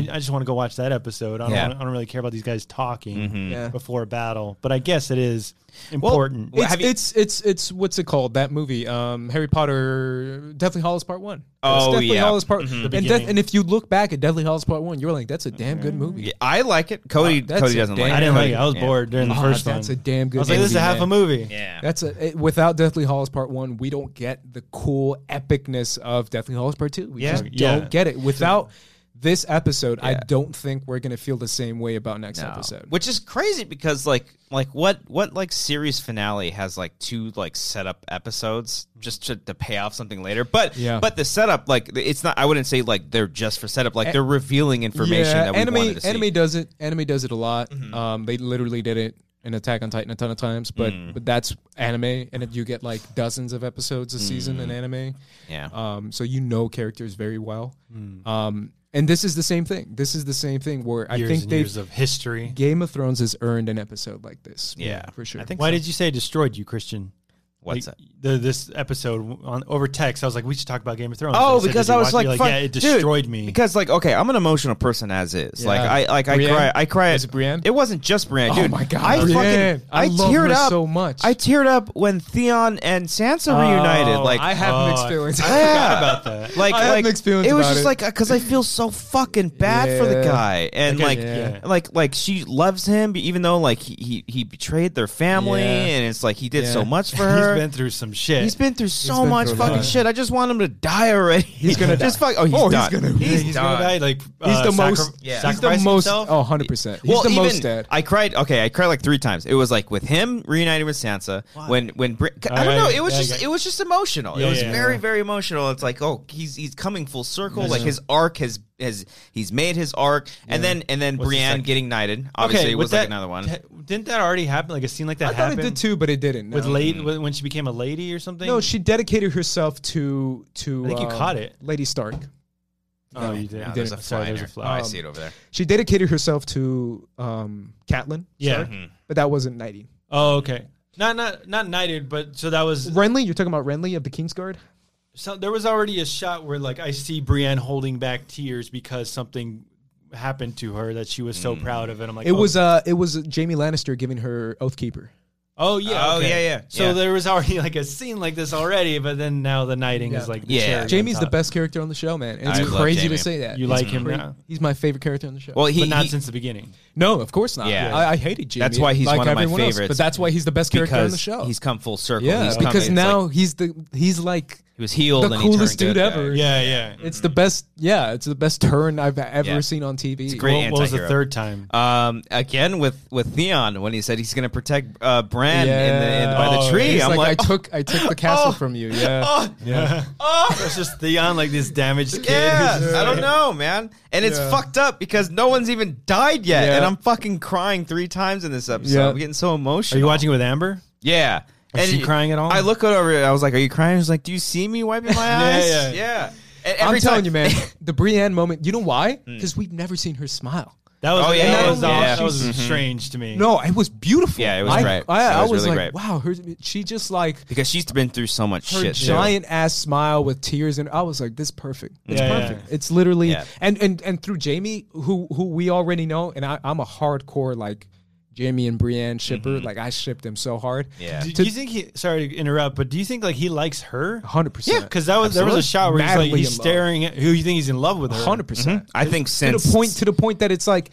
Speaker 3: I just want to go watch that episode. I don't,
Speaker 1: Mm-hmm. Yeah. Mm-hmm.
Speaker 3: wanna- I don't really care about these guys talking
Speaker 2: Yeah.
Speaker 3: before a battle, but I guess it is important.
Speaker 1: Well,
Speaker 2: It's,
Speaker 1: have you-
Speaker 2: it's it's it's what's it called that movie? Um, Harry Potter, Deathly Hollows Part One. It's
Speaker 1: Oh,
Speaker 2: Deathly
Speaker 1: yeah.
Speaker 2: Hallows Part. And,
Speaker 3: beginning.
Speaker 2: Death, and if you look back at Deathly Hollows Part One, you're like, that's a damn good movie.
Speaker 1: Yeah, I like it. Cody
Speaker 2: that's
Speaker 1: Cody
Speaker 2: a
Speaker 1: doesn't
Speaker 2: damn-
Speaker 1: like it.
Speaker 3: I didn't like
Speaker 1: Cody-
Speaker 3: it. I was
Speaker 1: yeah.
Speaker 3: bored during the
Speaker 2: Ah,
Speaker 3: first one.
Speaker 2: that's a damn good
Speaker 3: I was like, this is
Speaker 2: movie,
Speaker 3: half
Speaker 2: man.
Speaker 3: a movie.
Speaker 1: Yeah.
Speaker 2: That's a it- without Deathly Hollows Hallows Part One, we don't get the cool epicness of Deathly Hallows Part Two. We
Speaker 1: Yeah.
Speaker 2: just
Speaker 3: Yeah.
Speaker 2: don't get it without. This episode, I don't think we're gonna feel the same way about next
Speaker 1: No.
Speaker 2: episode.
Speaker 1: which is crazy because like like what what like series finale has like two like setup episodes just to, to pay off something later but
Speaker 2: Yeah.
Speaker 1: but the setup like it's not i wouldn't say like they're just for setup like they're revealing information that we
Speaker 2: anime,
Speaker 1: wanted to see Mm-hmm.
Speaker 2: anime does it. Anime does it a lot. Um, they literally did it in Attack on Titan a ton of times, but
Speaker 1: Mm.
Speaker 2: but that's anime, and if you get like dozens of episodes a season in anime.
Speaker 1: Mm. yeah
Speaker 2: Um, so you know characters very well.
Speaker 3: Mm.
Speaker 2: Um, and this is the same thing. This is the same thing where I
Speaker 3: years
Speaker 2: think
Speaker 3: and
Speaker 2: they
Speaker 3: years of history.
Speaker 2: Game of Thrones has earned an episode like this.
Speaker 1: yeah
Speaker 2: for sure.
Speaker 1: i think
Speaker 3: Why
Speaker 1: so.
Speaker 3: did you say it destroyed you, Christian?
Speaker 1: what's
Speaker 3: like,
Speaker 1: that
Speaker 3: The, this episode on over text, I was like, we should talk about Game of Thrones.
Speaker 1: Oh,
Speaker 3: And said,
Speaker 1: because
Speaker 3: "Did
Speaker 1: I
Speaker 3: you
Speaker 1: was
Speaker 3: watch it?"
Speaker 1: like,
Speaker 3: You're
Speaker 1: fuck,
Speaker 3: yeah, it
Speaker 1: dude,
Speaker 3: destroyed me.
Speaker 1: Because like, okay, I'm an emotional person as is. Like
Speaker 2: Yeah.
Speaker 1: I like I
Speaker 2: Brienne?
Speaker 1: cry I cry.
Speaker 2: Was it Brienne?
Speaker 1: It wasn't just Brienne, dude.
Speaker 2: oh my god,
Speaker 1: I
Speaker 2: Brienne.
Speaker 1: fucking I,
Speaker 2: I, love
Speaker 1: teared
Speaker 2: her
Speaker 1: up
Speaker 2: so much.
Speaker 1: I teared up when Theon and Sansa reunited. Like
Speaker 2: I have
Speaker 3: oh,
Speaker 2: mixed
Speaker 3: I-
Speaker 2: feelings.
Speaker 1: yeah.
Speaker 3: about that.
Speaker 1: Like,
Speaker 2: I have
Speaker 1: like
Speaker 2: mixed feelings
Speaker 1: It was
Speaker 2: about
Speaker 1: just
Speaker 2: it.
Speaker 1: like because I feel so fucking bad for the
Speaker 2: Yeah.
Speaker 1: guy, and
Speaker 3: Okay,
Speaker 1: like,
Speaker 3: yeah.
Speaker 1: like, like she loves him, even though like he he, he betrayed their family,
Speaker 2: Yeah.
Speaker 1: and it's like he did
Speaker 2: Yeah.
Speaker 1: so much for
Speaker 3: He's
Speaker 1: her.
Speaker 3: been through some shit.
Speaker 1: He's been through so
Speaker 2: been
Speaker 1: much
Speaker 2: through a
Speaker 1: fucking
Speaker 2: lot.
Speaker 1: shit. I just want him to die already. He's
Speaker 2: gonna
Speaker 1: just fuck. Oh, he's,
Speaker 2: Oh, he's
Speaker 1: done.
Speaker 2: gonna-
Speaker 3: Yeah, he's gonna
Speaker 1: done.
Speaker 3: die. Like
Speaker 2: he's
Speaker 3: uh,
Speaker 2: the
Speaker 3: sacri-
Speaker 2: most.
Speaker 1: yeah.
Speaker 2: He's the
Speaker 3: sacrifice
Speaker 2: most.
Speaker 3: himself?
Speaker 2: Oh, 100 percent. He's
Speaker 1: well,
Speaker 2: the
Speaker 1: even
Speaker 2: most dead.
Speaker 1: I cried. Okay, I cried like three times. It was like with him reuniting with Sansa. When when Bri- I don't
Speaker 3: right,
Speaker 1: know. It was
Speaker 3: Uh, yeah,
Speaker 1: just
Speaker 3: yeah.
Speaker 1: it was just emotional. it
Speaker 3: Yeah,
Speaker 1: was
Speaker 3: yeah,
Speaker 1: very
Speaker 3: yeah.
Speaker 1: very emotional. It's like oh he's he's coming full circle. like his arc has has he's made his arc, and then and then
Speaker 3: What's the
Speaker 1: Brienne
Speaker 3: second-
Speaker 1: getting knighted.
Speaker 3: Okay,
Speaker 1: Obviously, it
Speaker 3: with
Speaker 1: was like
Speaker 3: that-
Speaker 1: another one.
Speaker 3: t- Didn't that already happen? Like a scene like that
Speaker 2: I thought
Speaker 3: happened
Speaker 2: it did too, but it didn't.
Speaker 3: with
Speaker 2: no.
Speaker 1: Mm-hmm.
Speaker 3: late when when she became a lady or something.
Speaker 2: No, she dedicated herself to to.
Speaker 3: I think you
Speaker 2: um,
Speaker 3: caught it.
Speaker 2: Lady Stark.
Speaker 3: Oh, you did.
Speaker 1: No,
Speaker 3: you
Speaker 1: there's a
Speaker 3: didn't. Sorry,
Speaker 1: fly. in
Speaker 3: there's
Speaker 1: there.
Speaker 3: a
Speaker 1: Oh, I
Speaker 3: fly.
Speaker 1: see it over there.
Speaker 2: She dedicated herself to um, Catelyn.
Speaker 3: Yeah.
Speaker 1: Mm-hmm.
Speaker 2: Stark, but that wasn't knighting.
Speaker 3: Oh, okay. Not not not knighted, but so that was.
Speaker 2: Renly, you're talking about Renly of the Kingsguard.
Speaker 3: So there was already a shot where like I see Brienne holding back tears because something happened to her that she was so
Speaker 1: Mm.
Speaker 3: proud of, and I'm like,
Speaker 2: It
Speaker 3: oh,
Speaker 2: was uh, it was Jamie Lannister giving her Oathkeeper.
Speaker 3: Oh yeah.
Speaker 1: Oh,
Speaker 3: okay.
Speaker 1: yeah, yeah,
Speaker 3: So
Speaker 1: yeah.
Speaker 3: there was already like a scene like this already, but then now the knighting
Speaker 2: Yeah.
Speaker 3: is like the
Speaker 1: Yeah.
Speaker 3: cherry on
Speaker 2: Jamie's the
Speaker 3: top.
Speaker 2: best character on the show, man. And
Speaker 1: I
Speaker 2: it's
Speaker 1: love
Speaker 2: crazy
Speaker 1: Jamie.
Speaker 2: to say that.
Speaker 3: You
Speaker 2: It's
Speaker 3: like him
Speaker 2: cra-
Speaker 3: now?
Speaker 2: He's my favorite character on the show.
Speaker 1: Well, he,
Speaker 3: but not
Speaker 1: he-
Speaker 3: since the beginning.
Speaker 2: no, of course not.
Speaker 1: Yeah.
Speaker 2: I, I hated Jamie.
Speaker 1: That's why he's
Speaker 2: like
Speaker 1: one of my
Speaker 2: everyone else,
Speaker 1: favorites.
Speaker 2: but that's why he's the best character on the
Speaker 1: because
Speaker 2: show.
Speaker 1: He's come full circle.
Speaker 2: yeah,
Speaker 1: he's come-
Speaker 2: because
Speaker 1: it's
Speaker 2: now
Speaker 1: like
Speaker 2: he's the he's like
Speaker 1: he was healed.
Speaker 2: the
Speaker 1: and he turned
Speaker 2: coolest dude
Speaker 1: good guy.
Speaker 2: ever.
Speaker 3: Yeah, yeah.
Speaker 2: it's the best. Yeah, it's the best turn I've ever
Speaker 1: Yeah.
Speaker 2: seen on TV. It's
Speaker 1: great
Speaker 3: what, what was the
Speaker 1: antihero.
Speaker 3: third time?
Speaker 1: Um, again with with Theon when he said he's going to protect uh, Bran in the, in,
Speaker 2: Yeah.
Speaker 1: by the
Speaker 3: Oh,
Speaker 1: tree.
Speaker 2: He's
Speaker 1: I'm
Speaker 2: like,
Speaker 1: like,
Speaker 2: I took I took the castle
Speaker 1: Oh.
Speaker 2: from you. Yeah.
Speaker 3: yeah. it's just Theon like this damaged kid.
Speaker 1: yeah,
Speaker 3: who's just
Speaker 1: I don't
Speaker 3: like-
Speaker 1: know, man. And it's
Speaker 2: Yeah.
Speaker 1: fucked up because no one's even died yet,
Speaker 2: Yeah.
Speaker 1: and I'm fucking crying three times in this episode.
Speaker 2: Yeah.
Speaker 1: I'm getting so
Speaker 3: Are
Speaker 1: emotional.
Speaker 3: you watching it with Amber?
Speaker 1: Yeah.
Speaker 3: Is she crying at all?
Speaker 1: I look over. I was like, "Are you crying?" She's like, "Do you see me wiping my eyes?"
Speaker 3: yeah.
Speaker 1: And
Speaker 2: I'm
Speaker 1: every
Speaker 2: telling
Speaker 1: time- Hmm.
Speaker 2: you, man, the Brienne moment. You know why? Because we've never seen her smile.
Speaker 3: That was
Speaker 1: Oh, yeah,
Speaker 3: that
Speaker 1: yeah, Mm-hmm.
Speaker 3: was,
Speaker 1: yeah.
Speaker 3: that was strange to me.
Speaker 2: No, it was beautiful.
Speaker 1: Yeah, it was
Speaker 2: I,
Speaker 1: great.
Speaker 2: I,
Speaker 1: It
Speaker 2: I
Speaker 1: was
Speaker 2: was,
Speaker 1: really great.
Speaker 2: like, wow, her, she just like
Speaker 1: because she's been through so much
Speaker 2: her
Speaker 1: shit. too.
Speaker 2: giant ass smile with tears, and I was like, this is perfect. It's
Speaker 3: Yeah, yeah,
Speaker 2: perfect. It's literally
Speaker 1: Yeah.
Speaker 2: and and and through Jamie, who who we already know, and I, I'm a hardcore like Jamie and Brienne shipper. Like I shipped them so hard.
Speaker 1: Mm-hmm. Yeah.
Speaker 3: Do, do you think he? Sorry to interrupt, but do you think like he likes her?
Speaker 2: hundred percent.
Speaker 3: Because that was there was a shot where he's like
Speaker 2: Madly
Speaker 3: he's
Speaker 2: in love.
Speaker 3: staring at who you think he's in love with. her.
Speaker 2: hundred percent.
Speaker 1: I think since
Speaker 2: to the point to the point that it's like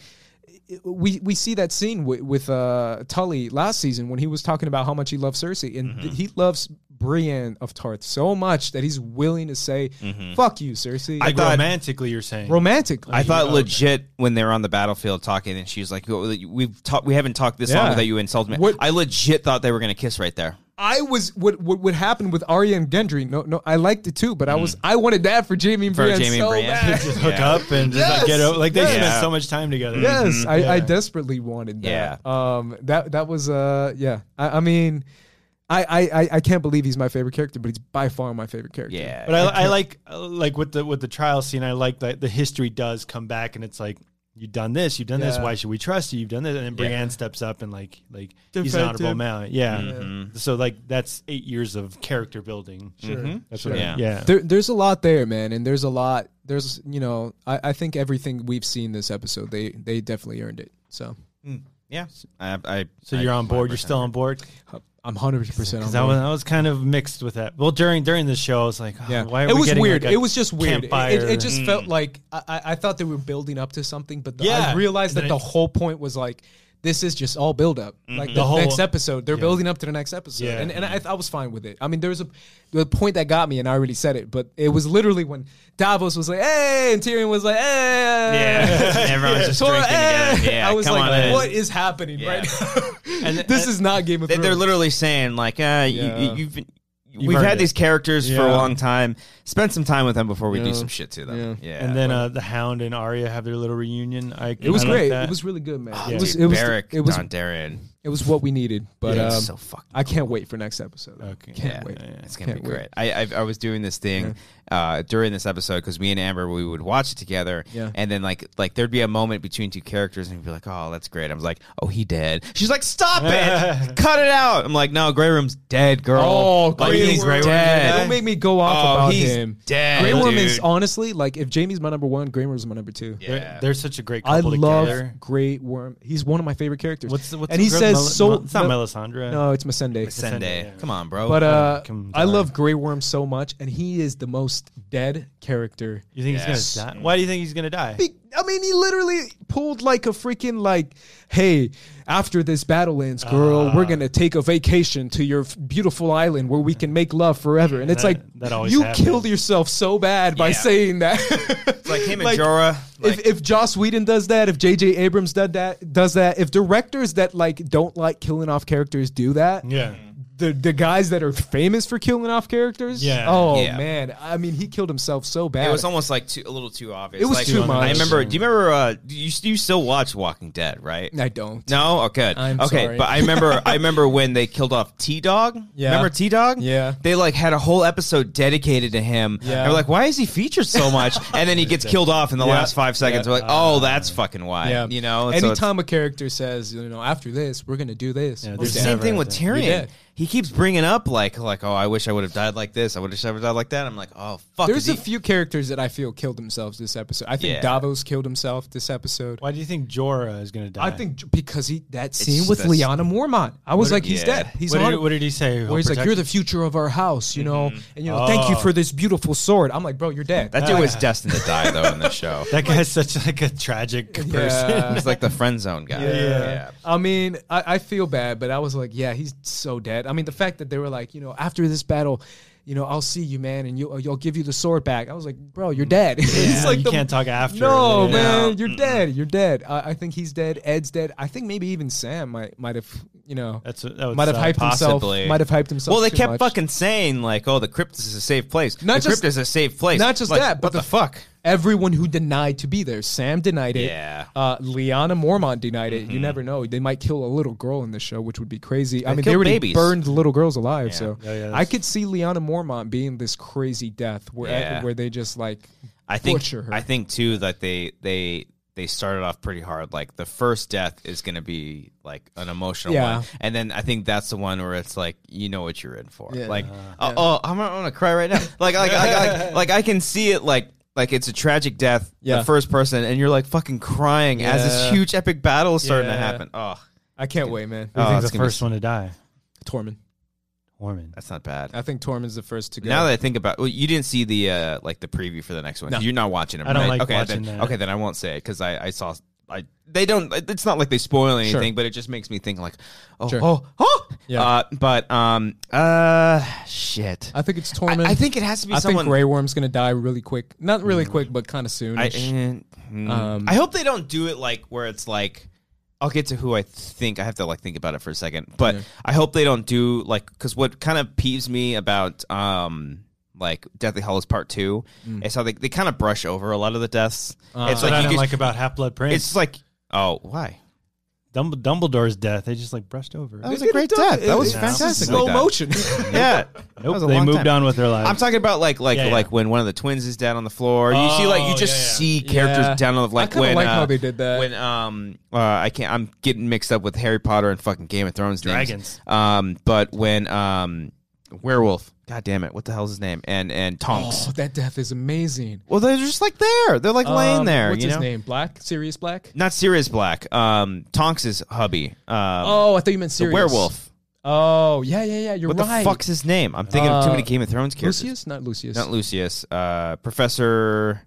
Speaker 2: we we see that scene with, with uh, Tully last season when he was talking about how much he loves Cersei and
Speaker 1: Mm-hmm.
Speaker 2: th- he loves Brienne of Tarth so much that he's willing to say "fuck you, Cersei."
Speaker 1: Mm-hmm. I
Speaker 3: Like
Speaker 1: thought-
Speaker 3: romantically, you're saying.
Speaker 2: romantically,
Speaker 1: I thought legit when they were on the battlefield talking, and she was like, "We've talked. We haven't talked this long
Speaker 2: Yeah.
Speaker 1: without you insulting me."
Speaker 2: What-
Speaker 1: I legit thought they were gonna kiss right there.
Speaker 2: I was what what would happen with Arya and Gendry. No, no, I liked it too, but I was I wanted that for Jamie and
Speaker 1: Mm-hmm. For
Speaker 2: Brienne
Speaker 1: Jamie and
Speaker 2: so
Speaker 1: Brienne.
Speaker 2: bad.
Speaker 3: just hook up and just
Speaker 2: Yes.
Speaker 3: like get over. Like they
Speaker 2: Yes.
Speaker 3: spent
Speaker 1: Yeah.
Speaker 3: so much time together.
Speaker 1: Mm-hmm.
Speaker 3: Mm-hmm.
Speaker 2: Yes, I, I desperately wanted that. Yeah. Um, that that was uh, yeah. I, I mean, I, I I- I can't believe he's my favorite character, but he's by far my favorite character.
Speaker 1: Yeah,
Speaker 3: But I, I like uh, like with the with the trial scene. I like that the history does come back, and it's like you've done this, you've done this.
Speaker 2: Yeah.
Speaker 3: Why should we trust you? You've done this, and then Brienne steps up and like like he's an honorable
Speaker 2: Defective.
Speaker 3: man. Yeah. So like that's eight years of character building. Sure. That's what.
Speaker 1: Yeah.
Speaker 3: I, yeah.
Speaker 2: There, there's a lot there, man, and there's a lot. There's you know, I, I think everything we've seen this episode, they they definitely earned it. So
Speaker 1: yeah. I, I,
Speaker 3: so
Speaker 1: I-
Speaker 3: you're on board. You're still on board.
Speaker 2: I'm hundred percent on
Speaker 3: Because I was,
Speaker 2: board.
Speaker 3: I was kind of mixed with that. Well, during during the show, I was like, oh,
Speaker 2: Yeah,
Speaker 3: why are
Speaker 2: it
Speaker 3: we
Speaker 2: was
Speaker 3: getting,
Speaker 2: weird.
Speaker 3: like, a
Speaker 2: it was just weird. It,
Speaker 3: Campfire? Hmm.
Speaker 2: it- it just felt like I- I, I thought they were building up to something, but the,
Speaker 3: Yeah.
Speaker 2: I realized
Speaker 3: And
Speaker 2: that
Speaker 3: then
Speaker 2: the
Speaker 3: it-
Speaker 2: whole point was like this is just all build up. Like the,
Speaker 3: whole-
Speaker 2: next episode, they're building up to the next episode,
Speaker 3: Yeah.
Speaker 2: and and I, I was fine with it. I mean, there was a the point that got me, and I already said it, but it was literally when Davos was like, "Hey," and Tyrion was like, "Hey."
Speaker 1: Yeah, everyone's just
Speaker 2: Tora,
Speaker 1: drinking together.
Speaker 2: hey.
Speaker 1: Yeah,
Speaker 2: eh. I was
Speaker 1: come
Speaker 2: like,
Speaker 1: on in.
Speaker 2: "What is happening
Speaker 1: Yeah.
Speaker 2: right now?"
Speaker 3: And-
Speaker 2: this
Speaker 3: and-
Speaker 2: is not Game of
Speaker 1: They-
Speaker 2: Thrones.
Speaker 1: They're literally saying like, uh, you,
Speaker 2: Yeah.
Speaker 1: you've been, we've
Speaker 3: earned
Speaker 1: had
Speaker 3: it.
Speaker 1: these characters for a
Speaker 2: Yeah.
Speaker 1: long time. Spend some time with them before we do
Speaker 2: Yeah.
Speaker 1: some shit to them. Yeah,
Speaker 3: and then uh, the Hound and Arya have their little reunion. I
Speaker 2: It was
Speaker 3: I like
Speaker 2: great.
Speaker 3: that.
Speaker 2: It was really good, man.
Speaker 1: Oh,
Speaker 2: It was
Speaker 1: dude,
Speaker 2: it was
Speaker 1: Beric
Speaker 2: it was
Speaker 1: Dondarrion.
Speaker 2: it was what we needed. But
Speaker 1: It's so
Speaker 2: um,
Speaker 1: fucking.
Speaker 2: I can't wait for next episode.
Speaker 3: Okay.
Speaker 2: Can't
Speaker 1: Yeah.
Speaker 2: wait.
Speaker 1: It's gonna
Speaker 2: Can't
Speaker 1: be
Speaker 2: wait.
Speaker 1: great. I, I I was doing this thing uh, during this episode because me and Amber we would watch it together,
Speaker 2: Yeah.
Speaker 1: and then like like there'd be a moment between two characters, and we'd be like, "Oh, that's great." I was like, "Oh, he dead." She's like, "Stop it, cut it out." I'm like, "No, Grey Room's dead, girl.
Speaker 2: Oh,
Speaker 1: like,
Speaker 2: Grey
Speaker 1: he's
Speaker 2: Worm.
Speaker 1: dead.
Speaker 2: Don't make me go off
Speaker 1: Oh,
Speaker 2: about
Speaker 1: he's
Speaker 2: him.
Speaker 1: dead,
Speaker 2: Grey Worm is
Speaker 1: dude.
Speaker 2: honestly like if Jamie's my number one, Grey Worm's my number two.
Speaker 1: Yeah.
Speaker 3: They're, they're such a great
Speaker 2: I
Speaker 3: couple
Speaker 2: love
Speaker 3: together.
Speaker 2: Grey Worm. He's one of my favorite characters.
Speaker 3: What's the- what's
Speaker 2: and
Speaker 3: the
Speaker 2: he
Speaker 3: girl-
Speaker 2: says
Speaker 3: Mel-
Speaker 2: so.
Speaker 3: Mel- it's not
Speaker 2: no,
Speaker 3: Melisandre.
Speaker 2: No, it's
Speaker 1: Sunday.
Speaker 2: Missandei.
Speaker 3: Sunday, yeah.
Speaker 1: Come on, bro.
Speaker 2: But uh,
Speaker 3: come
Speaker 2: I
Speaker 3: die.
Speaker 2: love Grey Worm so much, and he is the most dead character.
Speaker 3: You think
Speaker 1: Yes.
Speaker 3: he's gonna die? Why do you think he's gonna die?
Speaker 2: Be- I mean, he literally pulled like a freaking like, hey, after this battle ends, girl, we're gonna take a vacation to your f- beautiful island where we can make love forever. And it's
Speaker 3: That-
Speaker 2: like
Speaker 3: that always
Speaker 2: you
Speaker 3: happens.
Speaker 2: killed yourself so bad by
Speaker 1: Yeah.
Speaker 2: saying that.
Speaker 1: it's like him and
Speaker 2: like,
Speaker 1: Jorah. Like,
Speaker 2: if, if Joss Whedon does that, if J.J. Abrams did that, does that, if directors that like don't like killing off characters do that,
Speaker 3: yeah,
Speaker 2: the the guys that are famous for killing off characters,
Speaker 3: Yeah.
Speaker 2: oh
Speaker 1: Yeah.
Speaker 2: man, I mean, he killed himself so bad.
Speaker 1: it was almost like too, a little too obvious.
Speaker 2: It was
Speaker 1: Like,
Speaker 2: too
Speaker 1: I
Speaker 2: much.
Speaker 1: remember. Do you remember? Uh, do you you still watch Walking Dead, right?
Speaker 2: I don't.
Speaker 1: No, oh, good.
Speaker 2: I'm
Speaker 1: okay,
Speaker 2: sorry.
Speaker 1: but I remember I remember when they killed off T Dog.
Speaker 2: Yeah.
Speaker 1: Remember T Dog?
Speaker 2: Yeah.
Speaker 1: They like had a whole episode dedicated to him.
Speaker 2: Yeah.
Speaker 1: And we're like, why is he featured so much? and then he gets killed off in the
Speaker 2: Yeah. Uh,
Speaker 1: last five seconds. We're like, oh, that's fucking why.
Speaker 2: Yeah,
Speaker 1: You know. And so it's-
Speaker 2: anytime a character says, you know, after this, we're gonna do this.
Speaker 3: Yeah,
Speaker 2: we're
Speaker 1: Well,
Speaker 3: there's
Speaker 1: the
Speaker 2: dead.
Speaker 1: same
Speaker 3: never
Speaker 1: thing with
Speaker 3: a-
Speaker 1: Tyrion.
Speaker 2: dead.
Speaker 1: He keeps bringing up like like oh I wish I would have died like this I would have never died like that I'm like oh fuck is
Speaker 2: There's
Speaker 1: he-
Speaker 2: a few characters that I feel killed themselves this episode. I think
Speaker 1: Yeah.
Speaker 2: Davos killed himself this episode.
Speaker 3: Why do you think Jorah is gonna die?
Speaker 2: I think j- because he that scene with
Speaker 1: that's-
Speaker 2: Liana Mormont, I was like, he's
Speaker 1: yeah.
Speaker 2: dead. He's
Speaker 3: What
Speaker 2: on.
Speaker 3: did, what did he say?
Speaker 2: where he's like, "You're
Speaker 3: Protect-
Speaker 2: the future of our house," you know, and you know, thank you
Speaker 3: Oh.
Speaker 2: for this beautiful sword. I'm like, bro, you're dead.
Speaker 1: Mm-hmm. that dude was destined to die though in the show
Speaker 3: that guy's such like a tragic person.
Speaker 2: Yeah.
Speaker 1: he's like the friend zone guy yeah.
Speaker 2: I mean, I, I feel bad, but I was like, yeah, he's so dead. I mean, the fact that they were like, you know, after this battle, you know, I'll see you, man, and you'll, you'll give you the sword back. I was like, bro, you're dead. It's
Speaker 3: Yeah,
Speaker 2: like
Speaker 3: you
Speaker 2: the-
Speaker 3: can't talk after.
Speaker 2: No,
Speaker 3: Yeah.
Speaker 2: man, you're dead. You're dead. I, I think he's dead. Ed's dead. I think maybe even Sam might might have, you know,
Speaker 3: That's what- that would
Speaker 2: might have
Speaker 3: suck.
Speaker 2: hyped
Speaker 1: Possibly.
Speaker 2: himself. Might have hyped himself.
Speaker 1: Well, they
Speaker 2: too
Speaker 1: kept
Speaker 2: much.
Speaker 1: fucking saying like, "Oh, the crypt is a safe place.
Speaker 2: Not
Speaker 1: the
Speaker 2: just-
Speaker 1: crypt is a safe place."
Speaker 2: Not just
Speaker 1: Like,
Speaker 2: that, but
Speaker 1: what the, fuck?
Speaker 2: everyone who denied to be there. Sam denied it.
Speaker 1: Yeah. Mm-hmm.
Speaker 2: Uh, Liana Mormont denied it. You never know. They might kill a little girl in this show, which would be crazy. I mean,
Speaker 1: kill
Speaker 2: they already
Speaker 1: babies.
Speaker 2: burned little girls alive. So
Speaker 3: Yeah, yeah,
Speaker 2: I
Speaker 3: that's-
Speaker 2: could see Liana Mormont being this crazy death where
Speaker 1: Yeah.
Speaker 2: where they just like
Speaker 1: I think.
Speaker 2: butcher her.
Speaker 1: I think too that they they they started off pretty hard. Like the first death is going to be like an emotional
Speaker 2: Yeah.
Speaker 1: one, and then I think that's the one where it's like you know what you're in for.
Speaker 2: Yeah.
Speaker 1: Like, oh, oh, I'm gonna cry right now. Like, like, like, like, like I can see it. Like. Like it's a tragic death,
Speaker 2: Yeah.
Speaker 1: the first person, and you're like fucking crying as this
Speaker 2: Yeah.
Speaker 1: huge epic battle is starting to
Speaker 3: Yeah.
Speaker 1: happen. Oh,
Speaker 2: I can't wait, man.
Speaker 3: Who do you
Speaker 1: Oh,
Speaker 3: think's
Speaker 1: it's
Speaker 3: the
Speaker 1: gonna be
Speaker 3: first one to die?
Speaker 2: Tormund.
Speaker 3: Mormon.
Speaker 1: that's not bad.
Speaker 2: I think Tormund's the first to go.
Speaker 1: Now that I think about, well, you didn't see the uh, like the preview for the next one.
Speaker 2: No.
Speaker 1: You're not watching it.
Speaker 3: I don't
Speaker 1: right?
Speaker 3: like
Speaker 1: okay,
Speaker 3: watching
Speaker 1: then,
Speaker 3: that.
Speaker 1: Okay, then I won't say it because I, I saw. I they don't. It's not like they spoil anything,
Speaker 2: Sure.
Speaker 1: but it just makes me think like, oh,
Speaker 2: Sure.
Speaker 1: oh, oh.
Speaker 2: Yeah.
Speaker 1: Uh, but um, uh, shit.
Speaker 2: I think it's Tormund.
Speaker 1: I, I think it has to be
Speaker 2: I
Speaker 1: someone. Mm.
Speaker 2: think Grey Worm's gonna die really quick. Not really quick, but kind of soon.
Speaker 1: I, mm, mm.
Speaker 2: Um,
Speaker 1: I hope they don't do it like where it's like. I'll get to who I think. I have to like think about it for a second, but I hope they don't do like because what kind of peeves me about um like Deathly Hollows Part Two is how they, they kind of brush over a lot of the deaths. it's
Speaker 3: That's what I
Speaker 1: you
Speaker 3: didn't
Speaker 1: just-
Speaker 3: like about Half Blood Prince.
Speaker 1: it's like oh why
Speaker 3: Dumb- Dumbledore's death. They just like brushed over.
Speaker 1: was a great death. That was fantastic
Speaker 2: Slow
Speaker 1: like that.
Speaker 2: motion.
Speaker 1: yeah
Speaker 3: Nope, they moved on with their lives.
Speaker 1: I'm talking about like like
Speaker 3: Yeah, yeah.
Speaker 1: like when one of the twins is down on the floor. you see like you
Speaker 3: Oh,
Speaker 1: just
Speaker 3: yeah, yeah.
Speaker 1: see characters
Speaker 2: Yeah.
Speaker 1: down on the
Speaker 2: I
Speaker 1: like
Speaker 2: kinda
Speaker 1: when
Speaker 2: like how
Speaker 1: uh,
Speaker 2: they did that.
Speaker 1: When um uh, I can't I'm getting mixed up with Harry Potter and fucking Game of Thrones names.
Speaker 3: Dragons.
Speaker 1: Um, but when um werewolf, god damn it, what the hell's his name? And and Tonks.
Speaker 2: oh, that death is amazing.
Speaker 1: Well, they're just like there. They're like laying
Speaker 2: Um,
Speaker 1: there.
Speaker 2: What's
Speaker 1: you
Speaker 2: his
Speaker 1: know?
Speaker 2: name? Black? Sirius Black?
Speaker 1: Not Sirius Black. Um, Tonks' hubby. Um,
Speaker 2: Oh, I thought you meant
Speaker 1: the
Speaker 2: Sirius.
Speaker 1: werewolf.
Speaker 2: Oh, yeah, yeah, yeah. You're
Speaker 1: What
Speaker 2: right.
Speaker 1: the fuck's his name? I'm thinking of too
Speaker 2: Uh,
Speaker 1: many Game of Thrones characters.
Speaker 2: Lucius? Not Lucius.
Speaker 1: Not Lucius. Uh, Professor.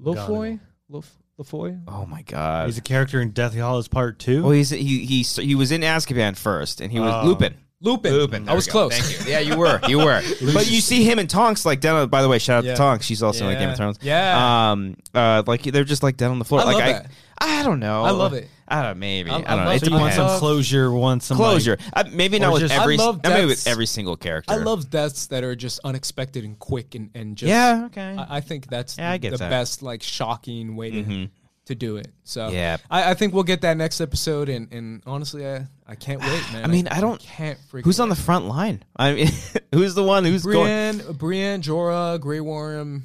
Speaker 2: Lofoy? Lof- LaFoy.
Speaker 1: Oh my god.
Speaker 3: He's a character in Deathly Hollows Part Two.
Speaker 1: oh, he's he he he was in Azkaban first, and he was
Speaker 3: Oh.
Speaker 1: Lupin.
Speaker 2: Lupin.
Speaker 1: Lupin.
Speaker 2: I
Speaker 1: There
Speaker 2: was
Speaker 1: we go.
Speaker 2: close.
Speaker 1: Thank you. Yeah, you were. You were. but you see him and Tonks like down. on- By the way, shout out
Speaker 2: Yeah.
Speaker 1: to Tonks. She's also in Game
Speaker 2: Yeah.
Speaker 1: of Thrones.
Speaker 2: Yeah.
Speaker 1: Um. Uh. Like they're just like down on the floor.
Speaker 2: I
Speaker 1: like
Speaker 2: love
Speaker 1: I.
Speaker 2: that.
Speaker 1: I don't know.
Speaker 2: I love it.
Speaker 1: I don't. Maybe.
Speaker 2: I-
Speaker 1: I,
Speaker 2: I
Speaker 1: don't know.
Speaker 2: love
Speaker 1: It
Speaker 2: it.
Speaker 3: so you want
Speaker 1: depends.
Speaker 2: I
Speaker 3: some
Speaker 2: love-
Speaker 3: closure, want some like-
Speaker 1: Closure. Uh, maybe
Speaker 3: Or
Speaker 1: not with
Speaker 3: just-
Speaker 1: every.
Speaker 2: I love
Speaker 1: maybe with
Speaker 2: deaths.
Speaker 1: every single character.
Speaker 2: I love deaths that are just unexpected and quick and, and just
Speaker 1: Yeah. Okay.
Speaker 2: I, I think that's
Speaker 1: Yeah, I
Speaker 2: the,
Speaker 1: get
Speaker 2: the
Speaker 1: that. Mm-hmm.
Speaker 2: best like shocking way to, to do it. So
Speaker 1: Yeah.
Speaker 2: I, I think we'll get that next episode and, and honestly I, I can't wait, man.
Speaker 1: I mean, I don't-
Speaker 2: can't freaking
Speaker 1: Who's on the front line? I mean, who's the one who's going?
Speaker 2: Brienne, Brienne, Jorah, Grey Worm,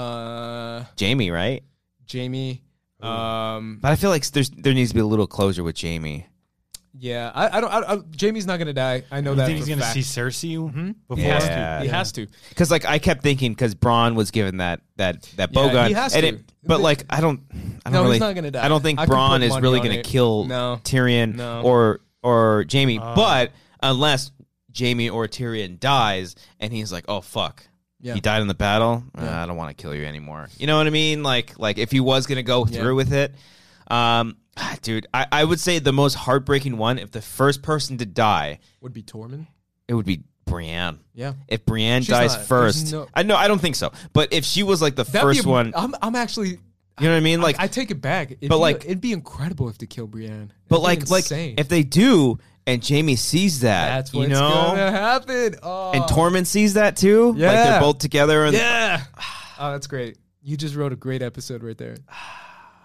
Speaker 2: uh,
Speaker 1: Jamie, right?
Speaker 2: Jamie. Um,
Speaker 1: But I feel like there's there needs to be a little closure with Jamie.
Speaker 2: yeah, I, I don't. I, I, Jamie's not gonna die. I know
Speaker 3: You
Speaker 2: that.
Speaker 3: think he's
Speaker 2: for a
Speaker 3: gonna
Speaker 2: fact.
Speaker 3: see Cersei before?
Speaker 1: Mm-hmm. Yeah.
Speaker 2: He has to.
Speaker 1: Because like I kept thinking, because Braun was given that that that bow
Speaker 2: Yeah,
Speaker 1: gun,
Speaker 2: he has
Speaker 1: and
Speaker 2: to.
Speaker 1: it, but like I don't, I don't
Speaker 2: No, he's
Speaker 1: really,
Speaker 2: not gonna die.
Speaker 1: I don't think
Speaker 2: I could
Speaker 1: Braun
Speaker 2: put
Speaker 1: is
Speaker 2: money
Speaker 1: really
Speaker 2: on
Speaker 1: gonna
Speaker 2: it.
Speaker 1: kill
Speaker 2: No.
Speaker 1: Tyrion
Speaker 2: No.
Speaker 1: or or Jamie,
Speaker 3: Uh.
Speaker 1: but unless Jamie or Tyrion dies, and he's like, oh fuck.
Speaker 2: Yeah.
Speaker 1: He died in the battle. Uh,
Speaker 2: Yeah.
Speaker 1: I don't want to kill you anymore. You know what I mean? Like, like if he was gonna go
Speaker 2: Yeah.
Speaker 1: through with it, um, dude, I, I would say the most heartbreaking one. If the first person to die,
Speaker 2: Would be Tormund.
Speaker 1: it would be Brienne.
Speaker 2: Yeah.
Speaker 1: If Brienne
Speaker 2: She's
Speaker 1: dies
Speaker 2: not- there's
Speaker 1: first,
Speaker 2: no-
Speaker 1: I know I don't think so. But if she was like the
Speaker 2: That'd be
Speaker 1: first
Speaker 2: a-
Speaker 1: one,
Speaker 2: I'm, I'm actually.
Speaker 1: you know what I mean? Like,
Speaker 2: I take it back. It'd
Speaker 1: But,
Speaker 2: be-
Speaker 1: like-
Speaker 2: it'd be incredible if they kill Brienne.
Speaker 1: but
Speaker 2: It'd be
Speaker 1: like, like
Speaker 2: insane.
Speaker 1: if they do, and Jamie sees that,
Speaker 2: that's
Speaker 1: you
Speaker 2: what's
Speaker 1: know,
Speaker 2: gonna happen. Oh.
Speaker 1: and Tormund sees that too. like
Speaker 2: Yeah.
Speaker 1: they're both together. And
Speaker 2: Yeah. oh, that's great. You just wrote a great episode right there.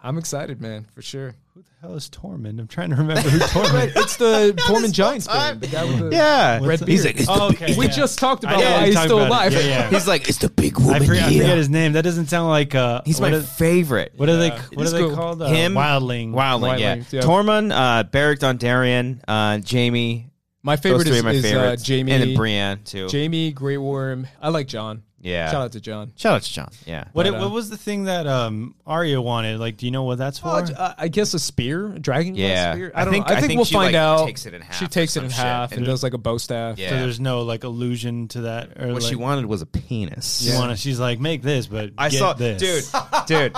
Speaker 2: I'm excited, man, for sure.
Speaker 3: Who the hell is Tormund? I'm trying to remember who Tormund. is.
Speaker 2: It's the Tormund Giants fan. The guy with the
Speaker 1: yeah.
Speaker 2: red beard.
Speaker 1: He's like, it's the
Speaker 3: Oh,
Speaker 1: big-
Speaker 3: okay,
Speaker 2: we
Speaker 3: yeah.
Speaker 2: just talked about
Speaker 3: yeah,
Speaker 2: why
Speaker 3: we
Speaker 2: he's
Speaker 3: talked
Speaker 2: still
Speaker 3: about
Speaker 2: alive.
Speaker 3: it. Yeah, yeah.
Speaker 1: he's like, it's the big woman
Speaker 3: I, forget, I
Speaker 1: here.
Speaker 3: forget his name. That doesn't sound like uh,
Speaker 1: He's
Speaker 3: what
Speaker 1: my
Speaker 3: are-
Speaker 1: favorite.
Speaker 3: What are they? What
Speaker 2: He's
Speaker 3: are they
Speaker 2: cool.
Speaker 3: called? Uh,
Speaker 1: Him,
Speaker 3: Wildling.
Speaker 1: Wildling, yeah.
Speaker 2: Wildlings, yeah.
Speaker 1: Tormund, uh, Beric Dondarrion, uh, Jamie.
Speaker 2: My
Speaker 1: Those
Speaker 2: favorite
Speaker 1: three
Speaker 2: is,
Speaker 1: are my
Speaker 2: is, uh,
Speaker 1: favorites.
Speaker 2: Jamie.
Speaker 1: and then Brienne too.
Speaker 2: Jamie Grey Worm. I like John.
Speaker 1: yeah.
Speaker 2: Shout out to John.
Speaker 1: Shout out to John. Yeah.
Speaker 3: What?
Speaker 2: But, uh,
Speaker 3: what was the thing that um Arya wanted? Like, do you know what that's for?
Speaker 2: Well,
Speaker 1: uh,
Speaker 2: I- I guess a spear, a dragon glass
Speaker 1: Yeah.
Speaker 2: spear.
Speaker 1: I
Speaker 2: I don't know.
Speaker 1: think-
Speaker 2: I think,
Speaker 1: I think
Speaker 2: we'll
Speaker 1: she,
Speaker 2: find
Speaker 1: like,
Speaker 2: out.
Speaker 1: takes it in half
Speaker 2: She
Speaker 1: or
Speaker 2: takes it
Speaker 1: some
Speaker 2: in
Speaker 1: shit.
Speaker 2: half and
Speaker 1: And-
Speaker 2: does like a bow staff.
Speaker 1: Yeah.
Speaker 3: So there's no like allusion to that. Or
Speaker 1: What
Speaker 3: like,
Speaker 1: she wanted was a penis.
Speaker 3: She wanted- She's like, make this, but
Speaker 1: I
Speaker 3: get
Speaker 1: saw,
Speaker 3: this.
Speaker 1: dude, dude.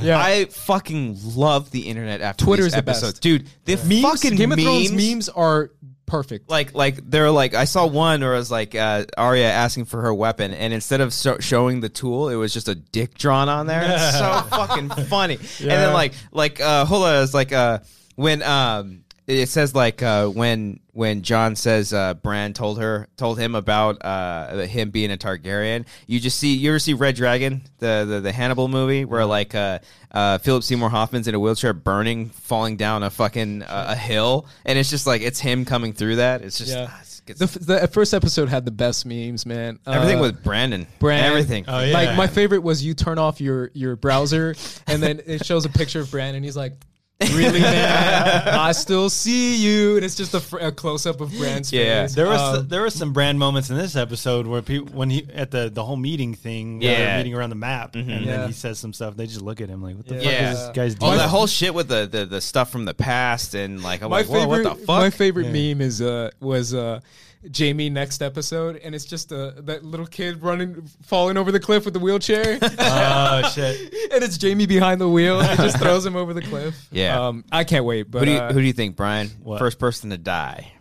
Speaker 2: Yeah.
Speaker 1: I fucking love the internet after
Speaker 2: Twitter's
Speaker 1: these
Speaker 2: the best.
Speaker 1: episodes, dude. The fucking
Speaker 2: Game of
Speaker 1: memes,
Speaker 2: Thrones memes are perfect.
Speaker 1: like, like they're like. I saw one where it was like uh, Arya asking for her weapon, and instead of so- showing the tool, it was just a dick drawn on there. It's so fucking funny. And then like, like, uh, hold on, it's like uh, when um, it says like uh, when when John says uh, Bran told her told him about uh, him being a Targaryen. You just see you ever see Red Dragon the the, the Hannibal movie where
Speaker 2: Mm-hmm.
Speaker 1: like uh, uh, Philip Seymour Hoffman's in a wheelchair burning falling down a fucking uh, a hill and it's just like it's him coming through that. It's just
Speaker 2: Yeah.
Speaker 1: ah, it's- it's-
Speaker 2: the, f- the first episode had the best memes, man. Uh,
Speaker 1: everything with Brandon
Speaker 2: Bran.
Speaker 1: everything.
Speaker 3: Oh, yeah.
Speaker 2: Like my favorite was you turn off your your browser and then it shows a picture of Bran and he's like, "Really, man? I still see you." And it's just a, fr- a close up of Bran's
Speaker 1: Yeah.
Speaker 2: face.
Speaker 3: There was
Speaker 2: Um,
Speaker 3: there were some brand moments in this episode where people when he at the the whole meeting thing, where they're
Speaker 1: Yeah. Mm-hmm.
Speaker 3: meeting around the map, and
Speaker 2: Yeah.
Speaker 3: then he says some stuff. They just look at him like, what the
Speaker 1: Yeah.
Speaker 3: fuck is this guy's
Speaker 1: Oh,
Speaker 3: doing?
Speaker 1: that whole shit with the, the, the stuff from the past and like I'm
Speaker 2: my
Speaker 1: like,
Speaker 2: favorite,
Speaker 1: Whoa, what the fuck?
Speaker 2: my favorite meme is uh was uh Jamie next episode, and it's just uh, that little kid running, falling over the cliff with the wheelchair, and
Speaker 3: oh shit!
Speaker 2: it's Jamie behind the wheel, and it just throws him over the cliff.
Speaker 1: Yeah.
Speaker 2: um, I can't wait. But
Speaker 1: who do you
Speaker 2: uh,
Speaker 1: who do you think, Brian?
Speaker 3: What?
Speaker 1: First person to die.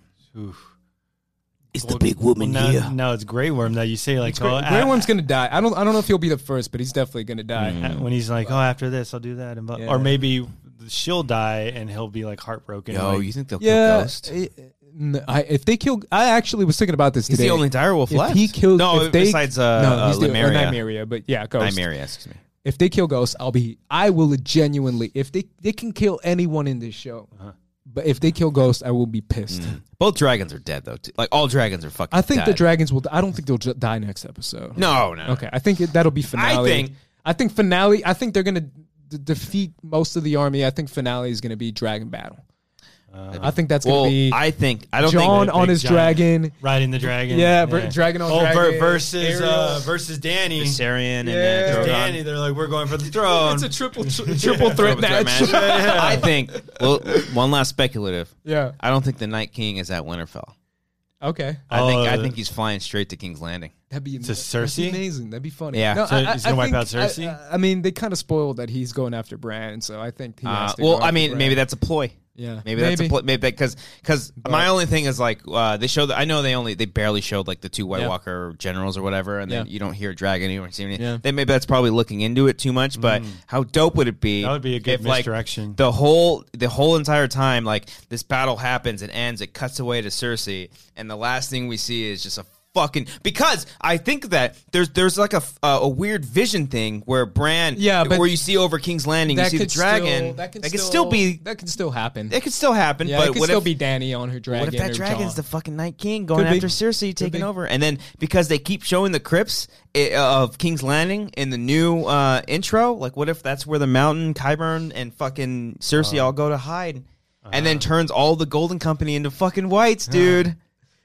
Speaker 4: It's the big woman
Speaker 3: Now,
Speaker 4: here.
Speaker 3: now it's Grey Worm that you say like, oh,
Speaker 2: Grey, Grey Worm's gonna die. I don't. I don't know if he'll be the first, but he's definitely gonna die.
Speaker 1: Mm-hmm.
Speaker 3: gonna when he's like, oh, after this, I'll do that, and blah-
Speaker 2: Yeah.
Speaker 3: or maybe she'll die and he'll be like heartbroken.
Speaker 1: Yo,
Speaker 3: like,
Speaker 1: you think they'll kill
Speaker 2: Yeah.
Speaker 1: Ghost?
Speaker 2: I- n- I, if they kill, I actually was thinking about this
Speaker 1: He's
Speaker 2: today.
Speaker 1: the only direwolf
Speaker 2: if
Speaker 1: left.
Speaker 2: he kills,
Speaker 1: no,
Speaker 2: if they,
Speaker 1: besides uh,
Speaker 2: no,
Speaker 1: uh,
Speaker 2: he's the, or
Speaker 1: Lemuria.
Speaker 2: Nymeria, but yeah, Ghost.
Speaker 1: Nymeria, excuse me.
Speaker 2: If they kill Ghost, I'll be. I will genuinely. If they they can kill anyone in this show,
Speaker 1: Uh-huh.
Speaker 2: but if they kill Ghost, I will be pissed.
Speaker 1: Both dragons are dead though. Too. Like all dragons are fucking.
Speaker 2: I think the
Speaker 1: dead.
Speaker 2: dragons will. I don't think they'll ju- die next episode.
Speaker 1: No, no.
Speaker 2: Okay, I think it, that'll be finale.
Speaker 1: think-
Speaker 2: I think finale. I think they're gonna d- defeat most of the army. I think finale is gonna be dragon battle. I think that's gonna
Speaker 1: Uh, Well,
Speaker 2: be
Speaker 1: I think I don't
Speaker 2: John
Speaker 1: think.
Speaker 2: on
Speaker 3: Big
Speaker 2: his
Speaker 3: giant
Speaker 2: dragon.
Speaker 3: riding the dragon.
Speaker 2: Yeah, ver- dragon on
Speaker 3: oh,
Speaker 2: dragon,
Speaker 3: versus
Speaker 2: Ariel.
Speaker 3: uh, versus Danny.
Speaker 1: Viserion
Speaker 2: Yeah.
Speaker 1: and uh, Drogon.
Speaker 3: Danny, they're like, we're going for the throne.
Speaker 2: It's a triple tr- triple threat
Speaker 1: Triple threat
Speaker 2: match.
Speaker 1: match. I think. Well, one last speculative.
Speaker 2: Yeah.
Speaker 1: I don't think the Night King is at Winterfell.
Speaker 2: Okay,
Speaker 1: I think I
Speaker 2: Uh,
Speaker 3: Oh,
Speaker 1: think he's flying straight to King's Landing.
Speaker 2: that'd be
Speaker 3: To
Speaker 2: ama- that'd be
Speaker 3: Cersei?
Speaker 2: amazing. That'd be funny.
Speaker 1: Yeah.
Speaker 3: So he's gonna wipe out Cersei?
Speaker 2: I, I mean, they kind of spoiled that he's going after Bran, so I think he.
Speaker 1: Uh,
Speaker 2: Has to go
Speaker 1: well,
Speaker 2: after
Speaker 1: I mean,
Speaker 2: Bran.
Speaker 1: maybe that's a ploy.
Speaker 2: Yeah.
Speaker 1: Maybe, that's a
Speaker 2: Maybe.
Speaker 1: ploy. Maybe that because because my only thing is like uh, they showed. I know they only they barely showed like the two White
Speaker 2: Yeah.
Speaker 1: Walker generals or whatever, and then
Speaker 2: Yeah.
Speaker 1: you don't hear a dragon you don't see anything.
Speaker 2: Yeah. Mm.
Speaker 1: Then maybe that's probably looking into it too much. But how dope would it be?
Speaker 3: That would be a good
Speaker 1: if, like,
Speaker 3: misdirection.
Speaker 1: the whole the whole entire time, like this battle happens and ends, it cuts away to Cersei, and the last thing we see is just a fucking because I think that there's there's like a f- uh, a weird vision thing where Bran
Speaker 2: Yeah, but
Speaker 1: where you see over King's Landing, you see the
Speaker 2: could
Speaker 1: dragon.
Speaker 2: still-
Speaker 1: that, can still be
Speaker 2: That can still happen.
Speaker 1: it could still happen,
Speaker 2: yeah,
Speaker 1: but
Speaker 2: it could
Speaker 1: what
Speaker 2: still
Speaker 1: if,
Speaker 2: be Danny on her dragon.
Speaker 1: what if that
Speaker 2: or
Speaker 1: dragon's
Speaker 2: Jon.
Speaker 1: the fucking Night King going
Speaker 2: Could be.
Speaker 1: after Cersei taking
Speaker 2: be.
Speaker 1: over? And then because they keep showing the crypts eh, of King's Landing in the new uh, intro, like what if that's where the mountain, Kyburn, and fucking Cersei
Speaker 2: Uh-huh.
Speaker 1: all go to hide? And then turns all the Golden Company into fucking whites, dude.
Speaker 2: Uh-huh.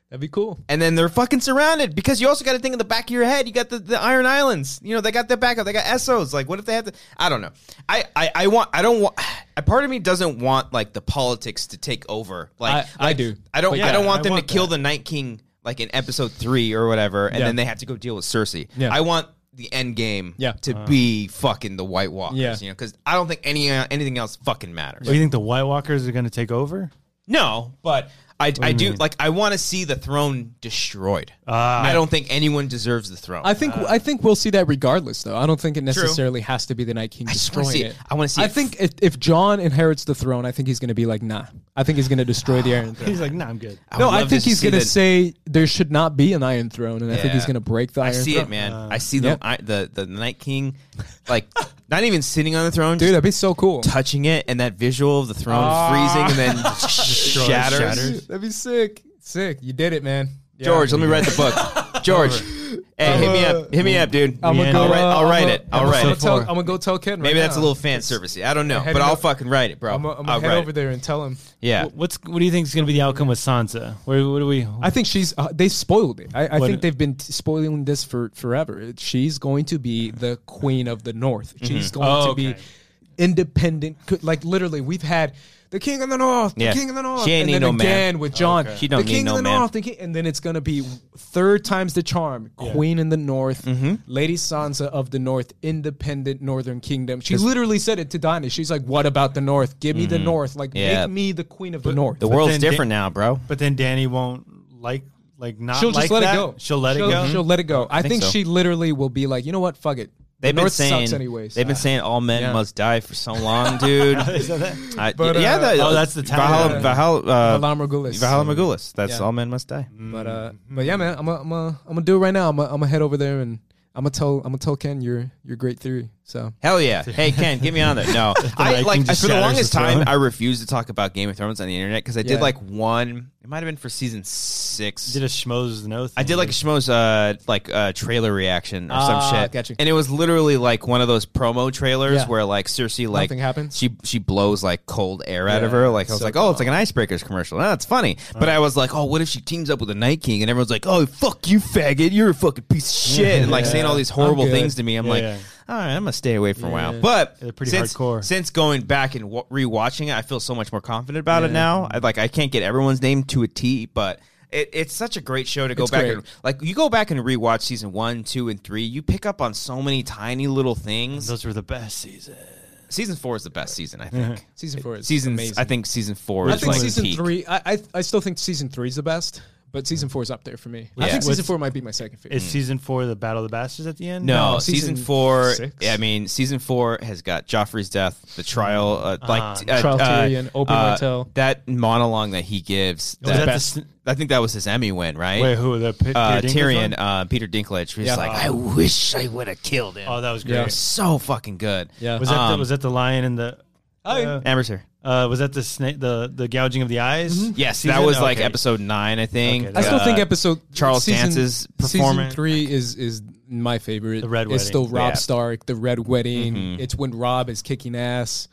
Speaker 2: That'd be cool.
Speaker 1: And then they're fucking surrounded because you also got to think in the back of your head. You got the, the Iron Islands. You know they got their backup. They got Essos. Like what if they had to? I don't know. I I, I want. I don't want. A part of me doesn't want like the politics to take over. Like
Speaker 2: I- I
Speaker 1: like,
Speaker 2: do.
Speaker 1: I don't.
Speaker 2: But
Speaker 1: I
Speaker 3: yeah,
Speaker 1: don't want
Speaker 3: I
Speaker 1: them
Speaker 3: want
Speaker 1: to kill
Speaker 3: that.
Speaker 1: the Night King like in episode three or whatever, and
Speaker 2: Yeah.
Speaker 1: then they have to go deal with Cersei.
Speaker 2: Yeah.
Speaker 1: I want the end game
Speaker 2: Yeah.
Speaker 1: to be fucking the White Walkers.
Speaker 2: Yeah.
Speaker 1: You know because I don't think any uh, anything else fucking matters.
Speaker 3: Do you think the White Walkers are going to take over?
Speaker 1: No, but I, I
Speaker 3: you
Speaker 1: do
Speaker 3: mean?
Speaker 2: Mm-hmm.
Speaker 1: like I want to see the throne destroyed.
Speaker 3: Ah.
Speaker 1: I don't think anyone deserves the throne.
Speaker 2: I think I think we'll see that regardless, though. I don't think it
Speaker 1: uh, True.
Speaker 2: necessarily has to be the Night King
Speaker 1: I just wanna
Speaker 2: destroying
Speaker 1: see
Speaker 2: it.
Speaker 1: it. I wanna see
Speaker 2: I
Speaker 1: it.
Speaker 2: think if, if John inherits the throne, I think he's going to be like, nah. I think he's going to destroy
Speaker 1: Ah.
Speaker 2: the Iron Throne.
Speaker 3: He's like, no, I'm good.
Speaker 1: I would
Speaker 2: no, I
Speaker 1: love
Speaker 2: think
Speaker 1: to
Speaker 2: he's
Speaker 1: see
Speaker 2: going to
Speaker 1: the-
Speaker 2: say there should not be an Iron Throne, and I think he's
Speaker 1: Yeah.
Speaker 2: going to break the
Speaker 1: I
Speaker 2: Iron Throne.
Speaker 1: see it, man. I see
Speaker 2: yeah.
Speaker 1: the I, the the Night King, like not even sitting on the throne,
Speaker 2: Dude, Ah.
Speaker 1: just
Speaker 2: that'd be so cool.
Speaker 1: touching it, and that visual of the throne freezing and then shatters.
Speaker 3: shatters.
Speaker 2: That'd be sick. Sick. You did it, man. Yeah.
Speaker 1: George, let me write the book. George, hey, hit me up, hit me up, dude.
Speaker 2: Uh, I'm gonna
Speaker 3: Yeah.
Speaker 2: go,
Speaker 3: I'll
Speaker 1: write-
Speaker 2: uh,
Speaker 1: I'll
Speaker 2: I'm
Speaker 1: write
Speaker 2: gonna-
Speaker 1: it. I'll write
Speaker 2: I'm
Speaker 1: it.
Speaker 2: gonna tell- I'm gonna go tell Ken. right
Speaker 1: Maybe that's a
Speaker 2: now.
Speaker 1: little fan servicey. I don't know,
Speaker 2: head
Speaker 1: but
Speaker 2: him
Speaker 1: I'll
Speaker 2: up.
Speaker 1: fucking write it, bro.
Speaker 2: I'm gonna I'm
Speaker 1: I'll
Speaker 2: gonna head
Speaker 1: write
Speaker 2: over
Speaker 1: it.
Speaker 2: there and tell him.
Speaker 1: Yeah,
Speaker 3: Wh- What's what do you think is going to be the outcome with Sansa? Where what do we?
Speaker 2: I think she's. Uh, they spoiled it. I, I
Speaker 3: What-
Speaker 2: think they've been t- spoiling this for forever. It- She's going to be the queen of the North.
Speaker 1: Mm-hmm.
Speaker 2: She's going
Speaker 3: Oh,
Speaker 2: to be
Speaker 3: okay.
Speaker 2: independent. Co- Like literally, we've had the king of the North,
Speaker 1: Yeah.
Speaker 2: the king of the North,
Speaker 1: She ain't
Speaker 2: and
Speaker 1: need
Speaker 2: then
Speaker 1: no man.
Speaker 2: again with John.
Speaker 1: She don't
Speaker 2: the
Speaker 1: need
Speaker 2: king
Speaker 1: no
Speaker 2: of the
Speaker 1: man.
Speaker 2: North, the king, and then it's going to be third times the charm. Queen in the North,
Speaker 1: Mm-hmm.
Speaker 2: Lady Sansa of the North, independent Northern Kingdom. She literally said it to Dany. She's like, "What about the North? Give me the North. Like
Speaker 1: Mm-hmm. Yeah.
Speaker 2: make me the queen of the North."
Speaker 1: the world's
Speaker 3: then Dan-
Speaker 1: different now, bro.
Speaker 3: But then Danny won't like like not.
Speaker 2: she'll
Speaker 3: like
Speaker 2: just let
Speaker 3: that.
Speaker 2: it go.
Speaker 3: She'll let
Speaker 2: she'll,
Speaker 3: it go.
Speaker 2: She'll let it go. I,
Speaker 1: think
Speaker 2: think,
Speaker 1: so.
Speaker 2: she literally will be like, you know what? Fuck it.
Speaker 1: They've
Speaker 2: the
Speaker 1: been
Speaker 2: North
Speaker 1: saying
Speaker 2: sucks anyways.
Speaker 1: they've been saying all men
Speaker 2: Yeah.
Speaker 1: must die for so long, dude. I-
Speaker 2: But,
Speaker 1: yeah,
Speaker 2: uh,
Speaker 1: the,
Speaker 3: oh, that's the
Speaker 1: Valhalla,
Speaker 3: tagline.
Speaker 1: Valhalla, uh,
Speaker 2: Valar Morghulis.
Speaker 1: Valhalla Morghulis. That's
Speaker 2: Yeah.
Speaker 1: all men must die.
Speaker 2: But uh, but yeah, man, I'm a, I'm a, I'm gonna do it right now. I'm gonna I'm head over there and I'm gonna tell I'm gonna tell Ken your your great theory. So
Speaker 1: Hell yeah! Hey Ken, get me on there. No, I
Speaker 3: Viking
Speaker 1: like
Speaker 3: just
Speaker 1: for the
Speaker 3: shatters
Speaker 1: longest
Speaker 3: the throne.
Speaker 1: time I refused to talk about Game of Thrones on the internet because I
Speaker 2: Yeah.
Speaker 1: did like one. It might have been for season six.
Speaker 3: Did a schmoes no. Thing.
Speaker 1: I did like a schmoes uh, like uh, trailer reaction or some
Speaker 2: Ah,
Speaker 1: shit,
Speaker 2: gotcha.
Speaker 1: and it was literally like one of those promo trailers
Speaker 2: Yeah.
Speaker 1: where like Cersei like
Speaker 2: Nothing happens?
Speaker 1: She she blows like cold air out of her. Like I was
Speaker 2: so
Speaker 1: like, oh, it's like an icebreakers commercial. Ah, it's funny, but I was like, oh, what if she teams up with a Night King? And everyone's like, oh, fuck you, faggot, you're a fucking piece of shit, and like saying all these horrible
Speaker 2: good.
Speaker 1: things to me. I'm
Speaker 3: Yeah,
Speaker 1: like,
Speaker 3: yeah.
Speaker 1: all right, I'm gonna stay away for a while. But
Speaker 3: They're pretty
Speaker 1: since,
Speaker 3: hardcore.
Speaker 1: Since going back and w- rewatching it, I feel so much more confident about it now. I, like I can't get everyone's name to a T, but it, it's such a great show to go
Speaker 2: It's
Speaker 1: back
Speaker 2: great.
Speaker 1: and like you go back and rewatch season one, two, and three. You pick up on so many tiny little things.
Speaker 3: Those were the best seasons.
Speaker 1: season four is the best season, I think.
Speaker 2: season four is
Speaker 1: season,
Speaker 2: amazing.
Speaker 1: I think season four
Speaker 2: I
Speaker 1: is
Speaker 2: think
Speaker 1: like
Speaker 2: season
Speaker 1: peak.
Speaker 2: three. I, I I still think season three is the best, but season four is up there for me. I
Speaker 1: Yeah.
Speaker 2: think season
Speaker 3: What's-
Speaker 2: four might be my second favorite.
Speaker 3: Is season four the Battle of the Bastards at the end?
Speaker 1: Hmm. No,
Speaker 2: No,
Speaker 1: season,
Speaker 2: season
Speaker 1: four.
Speaker 2: six?
Speaker 1: I mean, season four has got Joffrey's death, the trial, uh,
Speaker 3: Ah,
Speaker 1: like t- uh,
Speaker 2: Trial
Speaker 1: uh,
Speaker 2: Tyrion, Oberyn Martell.
Speaker 1: That monologue that he gives.
Speaker 2: Oh,
Speaker 3: Was that the
Speaker 1: best-
Speaker 3: s-
Speaker 1: I think that was his Emmy win, right?
Speaker 3: Wait, who the P-
Speaker 1: uh,
Speaker 3: Peter Dinklage
Speaker 1: Tyrion,
Speaker 3: one?
Speaker 1: uh, Peter Dinklage. He's
Speaker 2: Yeah.
Speaker 1: like, I wish I would have killed him.
Speaker 3: Oh, that was great.
Speaker 2: Yeah.
Speaker 1: so fucking good.
Speaker 2: Yeah.
Speaker 3: Was that the,
Speaker 1: Um,
Speaker 3: was that the lion and the? Uh,
Speaker 1: Amber's here.
Speaker 3: uh, was that the snake? The the gouging of the eyes?
Speaker 1: Yes, that
Speaker 3: Season?
Speaker 1: was like
Speaker 3: Okay.
Speaker 1: episode nine, I think.
Speaker 3: Okay,
Speaker 2: I still
Speaker 1: Uh,
Speaker 2: think episode
Speaker 1: Charles
Speaker 2: season,
Speaker 1: Dance's
Speaker 2: season
Speaker 1: performance.
Speaker 2: three is is my favorite.
Speaker 3: The Red
Speaker 2: It's
Speaker 3: Wedding.
Speaker 2: still Rob
Speaker 1: Yeah. Mm-hmm.
Speaker 2: Stark, the Red Mm-hmm. Wedding. It's when Rob is kicking ass.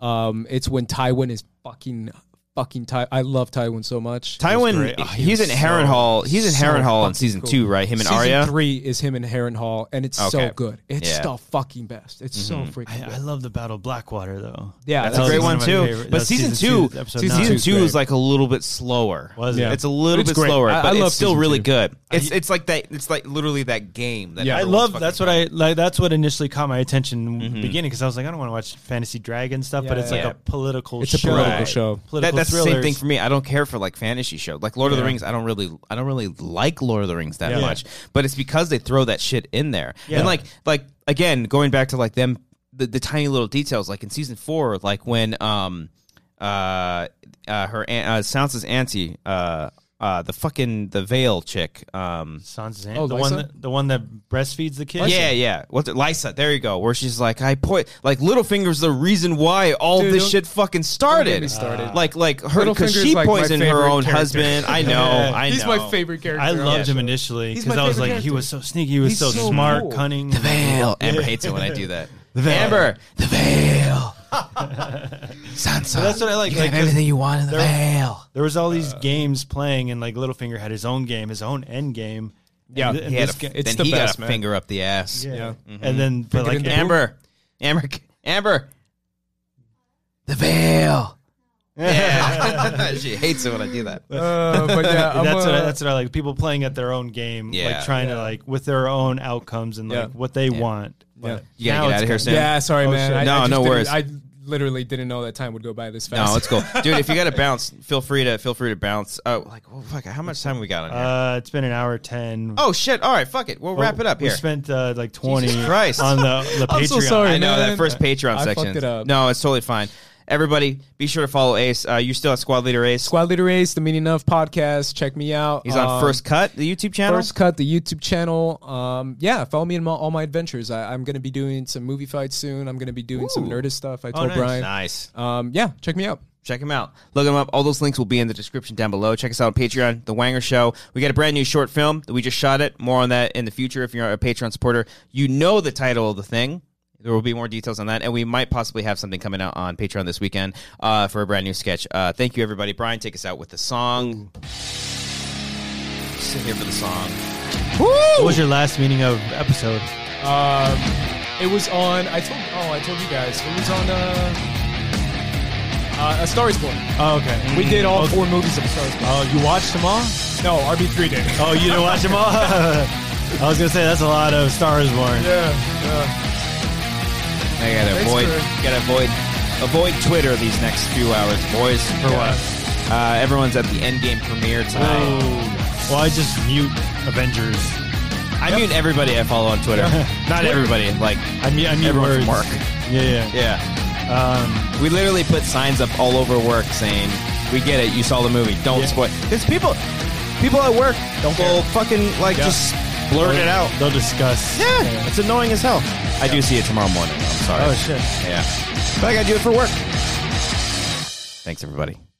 Speaker 2: Um, it's when Tywin is fucking fucking Ty. I love Tywin so much.
Speaker 1: Tywin,
Speaker 3: great. Oh, he
Speaker 1: he's
Speaker 3: was
Speaker 1: in Harrenhal. Hall. he's in
Speaker 2: so
Speaker 1: Harrenhal Hall in
Speaker 2: fucking
Speaker 1: season
Speaker 2: cool.
Speaker 1: two, right? Him and
Speaker 2: Season
Speaker 1: Arya.
Speaker 2: three is him and Harrenhal, and it's
Speaker 1: Okay.
Speaker 2: so good. It's
Speaker 1: Yeah. Mm-hmm.
Speaker 2: the fucking best. It's so freaking
Speaker 3: I,
Speaker 2: good.
Speaker 3: I love the Battle of Blackwater though.
Speaker 2: yeah,
Speaker 1: That's
Speaker 3: That
Speaker 1: a
Speaker 3: was
Speaker 1: great
Speaker 3: one
Speaker 1: one
Speaker 3: of my
Speaker 1: too.
Speaker 3: favorite-
Speaker 1: But
Speaker 3: that's
Speaker 1: season,
Speaker 3: season
Speaker 1: two,
Speaker 3: two, episode
Speaker 1: season,
Speaker 3: nine.
Speaker 1: two,
Speaker 2: Two's great.
Speaker 1: is like a little bit slower.
Speaker 3: Was it? Yeah.
Speaker 1: It's a little
Speaker 2: It's
Speaker 1: bit
Speaker 2: great.
Speaker 1: slower,
Speaker 2: I- I
Speaker 1: but
Speaker 2: love
Speaker 1: it's still
Speaker 2: season
Speaker 1: really
Speaker 2: two.
Speaker 1: good. It's it's like that. It's like literally that game. That
Speaker 2: Yeah. I
Speaker 3: I
Speaker 1: everyone's
Speaker 3: love
Speaker 1: fucking
Speaker 3: that's what I like. That's what initially caught my attention in the beginning because I was like, I don't want to watch fantasy dragon stuff, but
Speaker 2: Yeah,
Speaker 3: it's
Speaker 2: yeah,
Speaker 1: yeah.
Speaker 3: like a political.
Speaker 2: It's a
Speaker 3: show.
Speaker 2: political Right. show.
Speaker 1: That,
Speaker 3: Political
Speaker 1: that's the same
Speaker 3: thrillers.
Speaker 1: thing for me. I don't care for like fantasy show, like Lord of the
Speaker 2: Yeah.
Speaker 1: Rings. I don't really, I don't really like Lord of the Rings that
Speaker 3: Yeah.
Speaker 1: much. But it's because they throw that shit in there,
Speaker 3: Yeah.
Speaker 1: and like, like again, going back to like them, the, the tiny little details, like in season four, like when um, uh, uh her aunt, uh, Sansa's auntie, uh, uh, the fucking the veil chick, um,
Speaker 3: Sansa's
Speaker 2: Oh,
Speaker 3: aunt, the one
Speaker 2: Lysa?
Speaker 3: that the one that breastfeeds the kid.
Speaker 1: yeah, yeah. What's it? Lysa. There you go. Where she's like, I point like Littlefinger's the reason why all
Speaker 2: Dude,
Speaker 1: this
Speaker 2: don't-
Speaker 1: shit fucking
Speaker 2: get
Speaker 1: started. Uh,
Speaker 2: me started.
Speaker 1: Like, like her because
Speaker 2: Littlefinger's
Speaker 1: she
Speaker 2: like my
Speaker 1: poisoned her
Speaker 2: favorite
Speaker 1: own
Speaker 2: character.
Speaker 1: husband. I know. I know.
Speaker 2: He's my favorite character.
Speaker 3: I
Speaker 2: on
Speaker 3: loved
Speaker 2: that
Speaker 3: him
Speaker 2: show.
Speaker 3: initially
Speaker 2: He's
Speaker 3: because
Speaker 2: my
Speaker 3: I was
Speaker 2: favorite
Speaker 3: like, he
Speaker 2: character.
Speaker 3: was so sneaky, he was
Speaker 2: He's
Speaker 3: so,
Speaker 2: so
Speaker 3: smart,
Speaker 2: cool.
Speaker 3: cunning.
Speaker 1: The veil. Amber hates it when I do that. The veil. Amber. The veil. Sansa.
Speaker 3: that's what I like,
Speaker 1: You
Speaker 3: like,
Speaker 1: can have
Speaker 3: 'cause
Speaker 1: everything you want in the
Speaker 3: they're-
Speaker 1: veil.
Speaker 3: There was all
Speaker 2: Uh,
Speaker 3: these games playing, and like Littlefinger had his own game, his own end game.
Speaker 2: Yeah,
Speaker 3: and, th- and
Speaker 1: He had
Speaker 3: this
Speaker 1: a,
Speaker 3: ga-
Speaker 2: it's
Speaker 1: then
Speaker 2: the
Speaker 1: he
Speaker 2: best,
Speaker 1: got a
Speaker 2: man.
Speaker 1: finger up the ass.
Speaker 3: yeah.
Speaker 2: Yeah.
Speaker 3: And then, but
Speaker 2: Pick it
Speaker 3: like
Speaker 2: in the
Speaker 1: Amber. Amber. Amber. The veil. Yeah. she hates it when I do that.
Speaker 2: Uh, but yeah, I'm,
Speaker 3: that's what I,
Speaker 2: uh,
Speaker 3: that's what I like. People playing at their own game,
Speaker 1: Yeah.
Speaker 3: like trying to like with their own outcomes and like
Speaker 2: Yeah.
Speaker 3: what they want. But
Speaker 1: You gotta
Speaker 3: now
Speaker 1: get out of here
Speaker 3: it's
Speaker 1: soon.
Speaker 2: yeah. Sorry,
Speaker 3: Oh,
Speaker 2: man.
Speaker 3: shit.
Speaker 2: I-
Speaker 1: No,
Speaker 2: I just
Speaker 1: no
Speaker 2: didn't-
Speaker 1: worries.
Speaker 2: I literally didn't know that time would go by this fast.
Speaker 1: No, it's cool, dude. If you got to bounce, feel free to feel free to bounce. Oh, like, well, fuck, how much time we got on
Speaker 3: kinda-
Speaker 1: here?
Speaker 3: Uh, it's been an hour ten.
Speaker 1: oh shit! All right, fuck it. We'll wrap it up
Speaker 3: We
Speaker 1: here.
Speaker 3: spent uh, like twenty
Speaker 1: Jesus Christ.
Speaker 3: on the, the Patreon.
Speaker 2: I'm so sorry.
Speaker 1: I know that
Speaker 2: man.
Speaker 1: first Patreon
Speaker 2: I
Speaker 1: section.
Speaker 2: fucked it up.
Speaker 1: No, it's totally fine. Everybody, be sure to follow Ace. Uh, you still at Squad Leader Ace?
Speaker 2: Squad Leader Ace, the Meaning of podcast. Check me out.
Speaker 1: He's on
Speaker 2: Um,
Speaker 1: First Cut, the YouTube channel.
Speaker 2: First Cut, the YouTube channel. Um, yeah, follow me in my, all my adventures. I, I'm going to be doing some movie fights soon. I'm going to be doing some
Speaker 1: Ooh.
Speaker 2: Nerdist stuff. I told
Speaker 3: nice.
Speaker 2: Oh, Brian.
Speaker 1: Oh, nice.
Speaker 2: Um, yeah, check me out.
Speaker 1: Check him out. Look him up. All those links will be in the description down below. Check us out on Patreon, The Wanger Show. We got a brand new short film that we just shot it. More on that in the future. If you're a Patreon supporter, you know the title of the thing. There will be more details on that, and we might possibly have something coming out on Patreon this weekend uh, for a brand new sketch. Uh, thank you, everybody. Brian, take us out with the song. Sit here for the song.
Speaker 3: What was your last meaning of episode?
Speaker 2: Um, it was on. I told. Oh, I told you guys. It was on. Uh, uh, a Star is Born.
Speaker 3: Oh, okay.
Speaker 2: We did all
Speaker 3: Okay.
Speaker 2: four movies of A Star is Born.
Speaker 3: Oh, you watched them all?
Speaker 2: No, RB3 did.
Speaker 3: Oh, you didn't watch them all? I was gonna say that's a lot of Stars Born.
Speaker 2: yeah, yeah.
Speaker 1: I gotta
Speaker 2: Thanks,
Speaker 1: avoid,
Speaker 2: Drew.
Speaker 1: gotta avoid, avoid Twitter these next few hours, boys. For
Speaker 3: Yeah.
Speaker 1: what? Uh, everyone's at the Endgame premiere tonight.
Speaker 3: Well, I just mute Avengers.
Speaker 1: I mute everybody I follow on Twitter. Not everybody, like
Speaker 3: I mute. I mute
Speaker 1: Everyone from
Speaker 3: words.
Speaker 1: work.
Speaker 3: Yeah, yeah.
Speaker 1: yeah.
Speaker 3: Um,
Speaker 1: We literally put signs up all over work saying, "We get it. You saw the movie. Don't
Speaker 3: Yeah.
Speaker 1: spoil." Because people, people at work don't will fucking like
Speaker 3: Yeah.
Speaker 1: just blurt it out.
Speaker 3: They'll discuss.
Speaker 1: Yeah, it's annoying as hell. I do see it tomorrow morning. I'm sorry.
Speaker 3: Oh shit.
Speaker 1: Yeah, but I gotta do it for work. Thanks, everybody.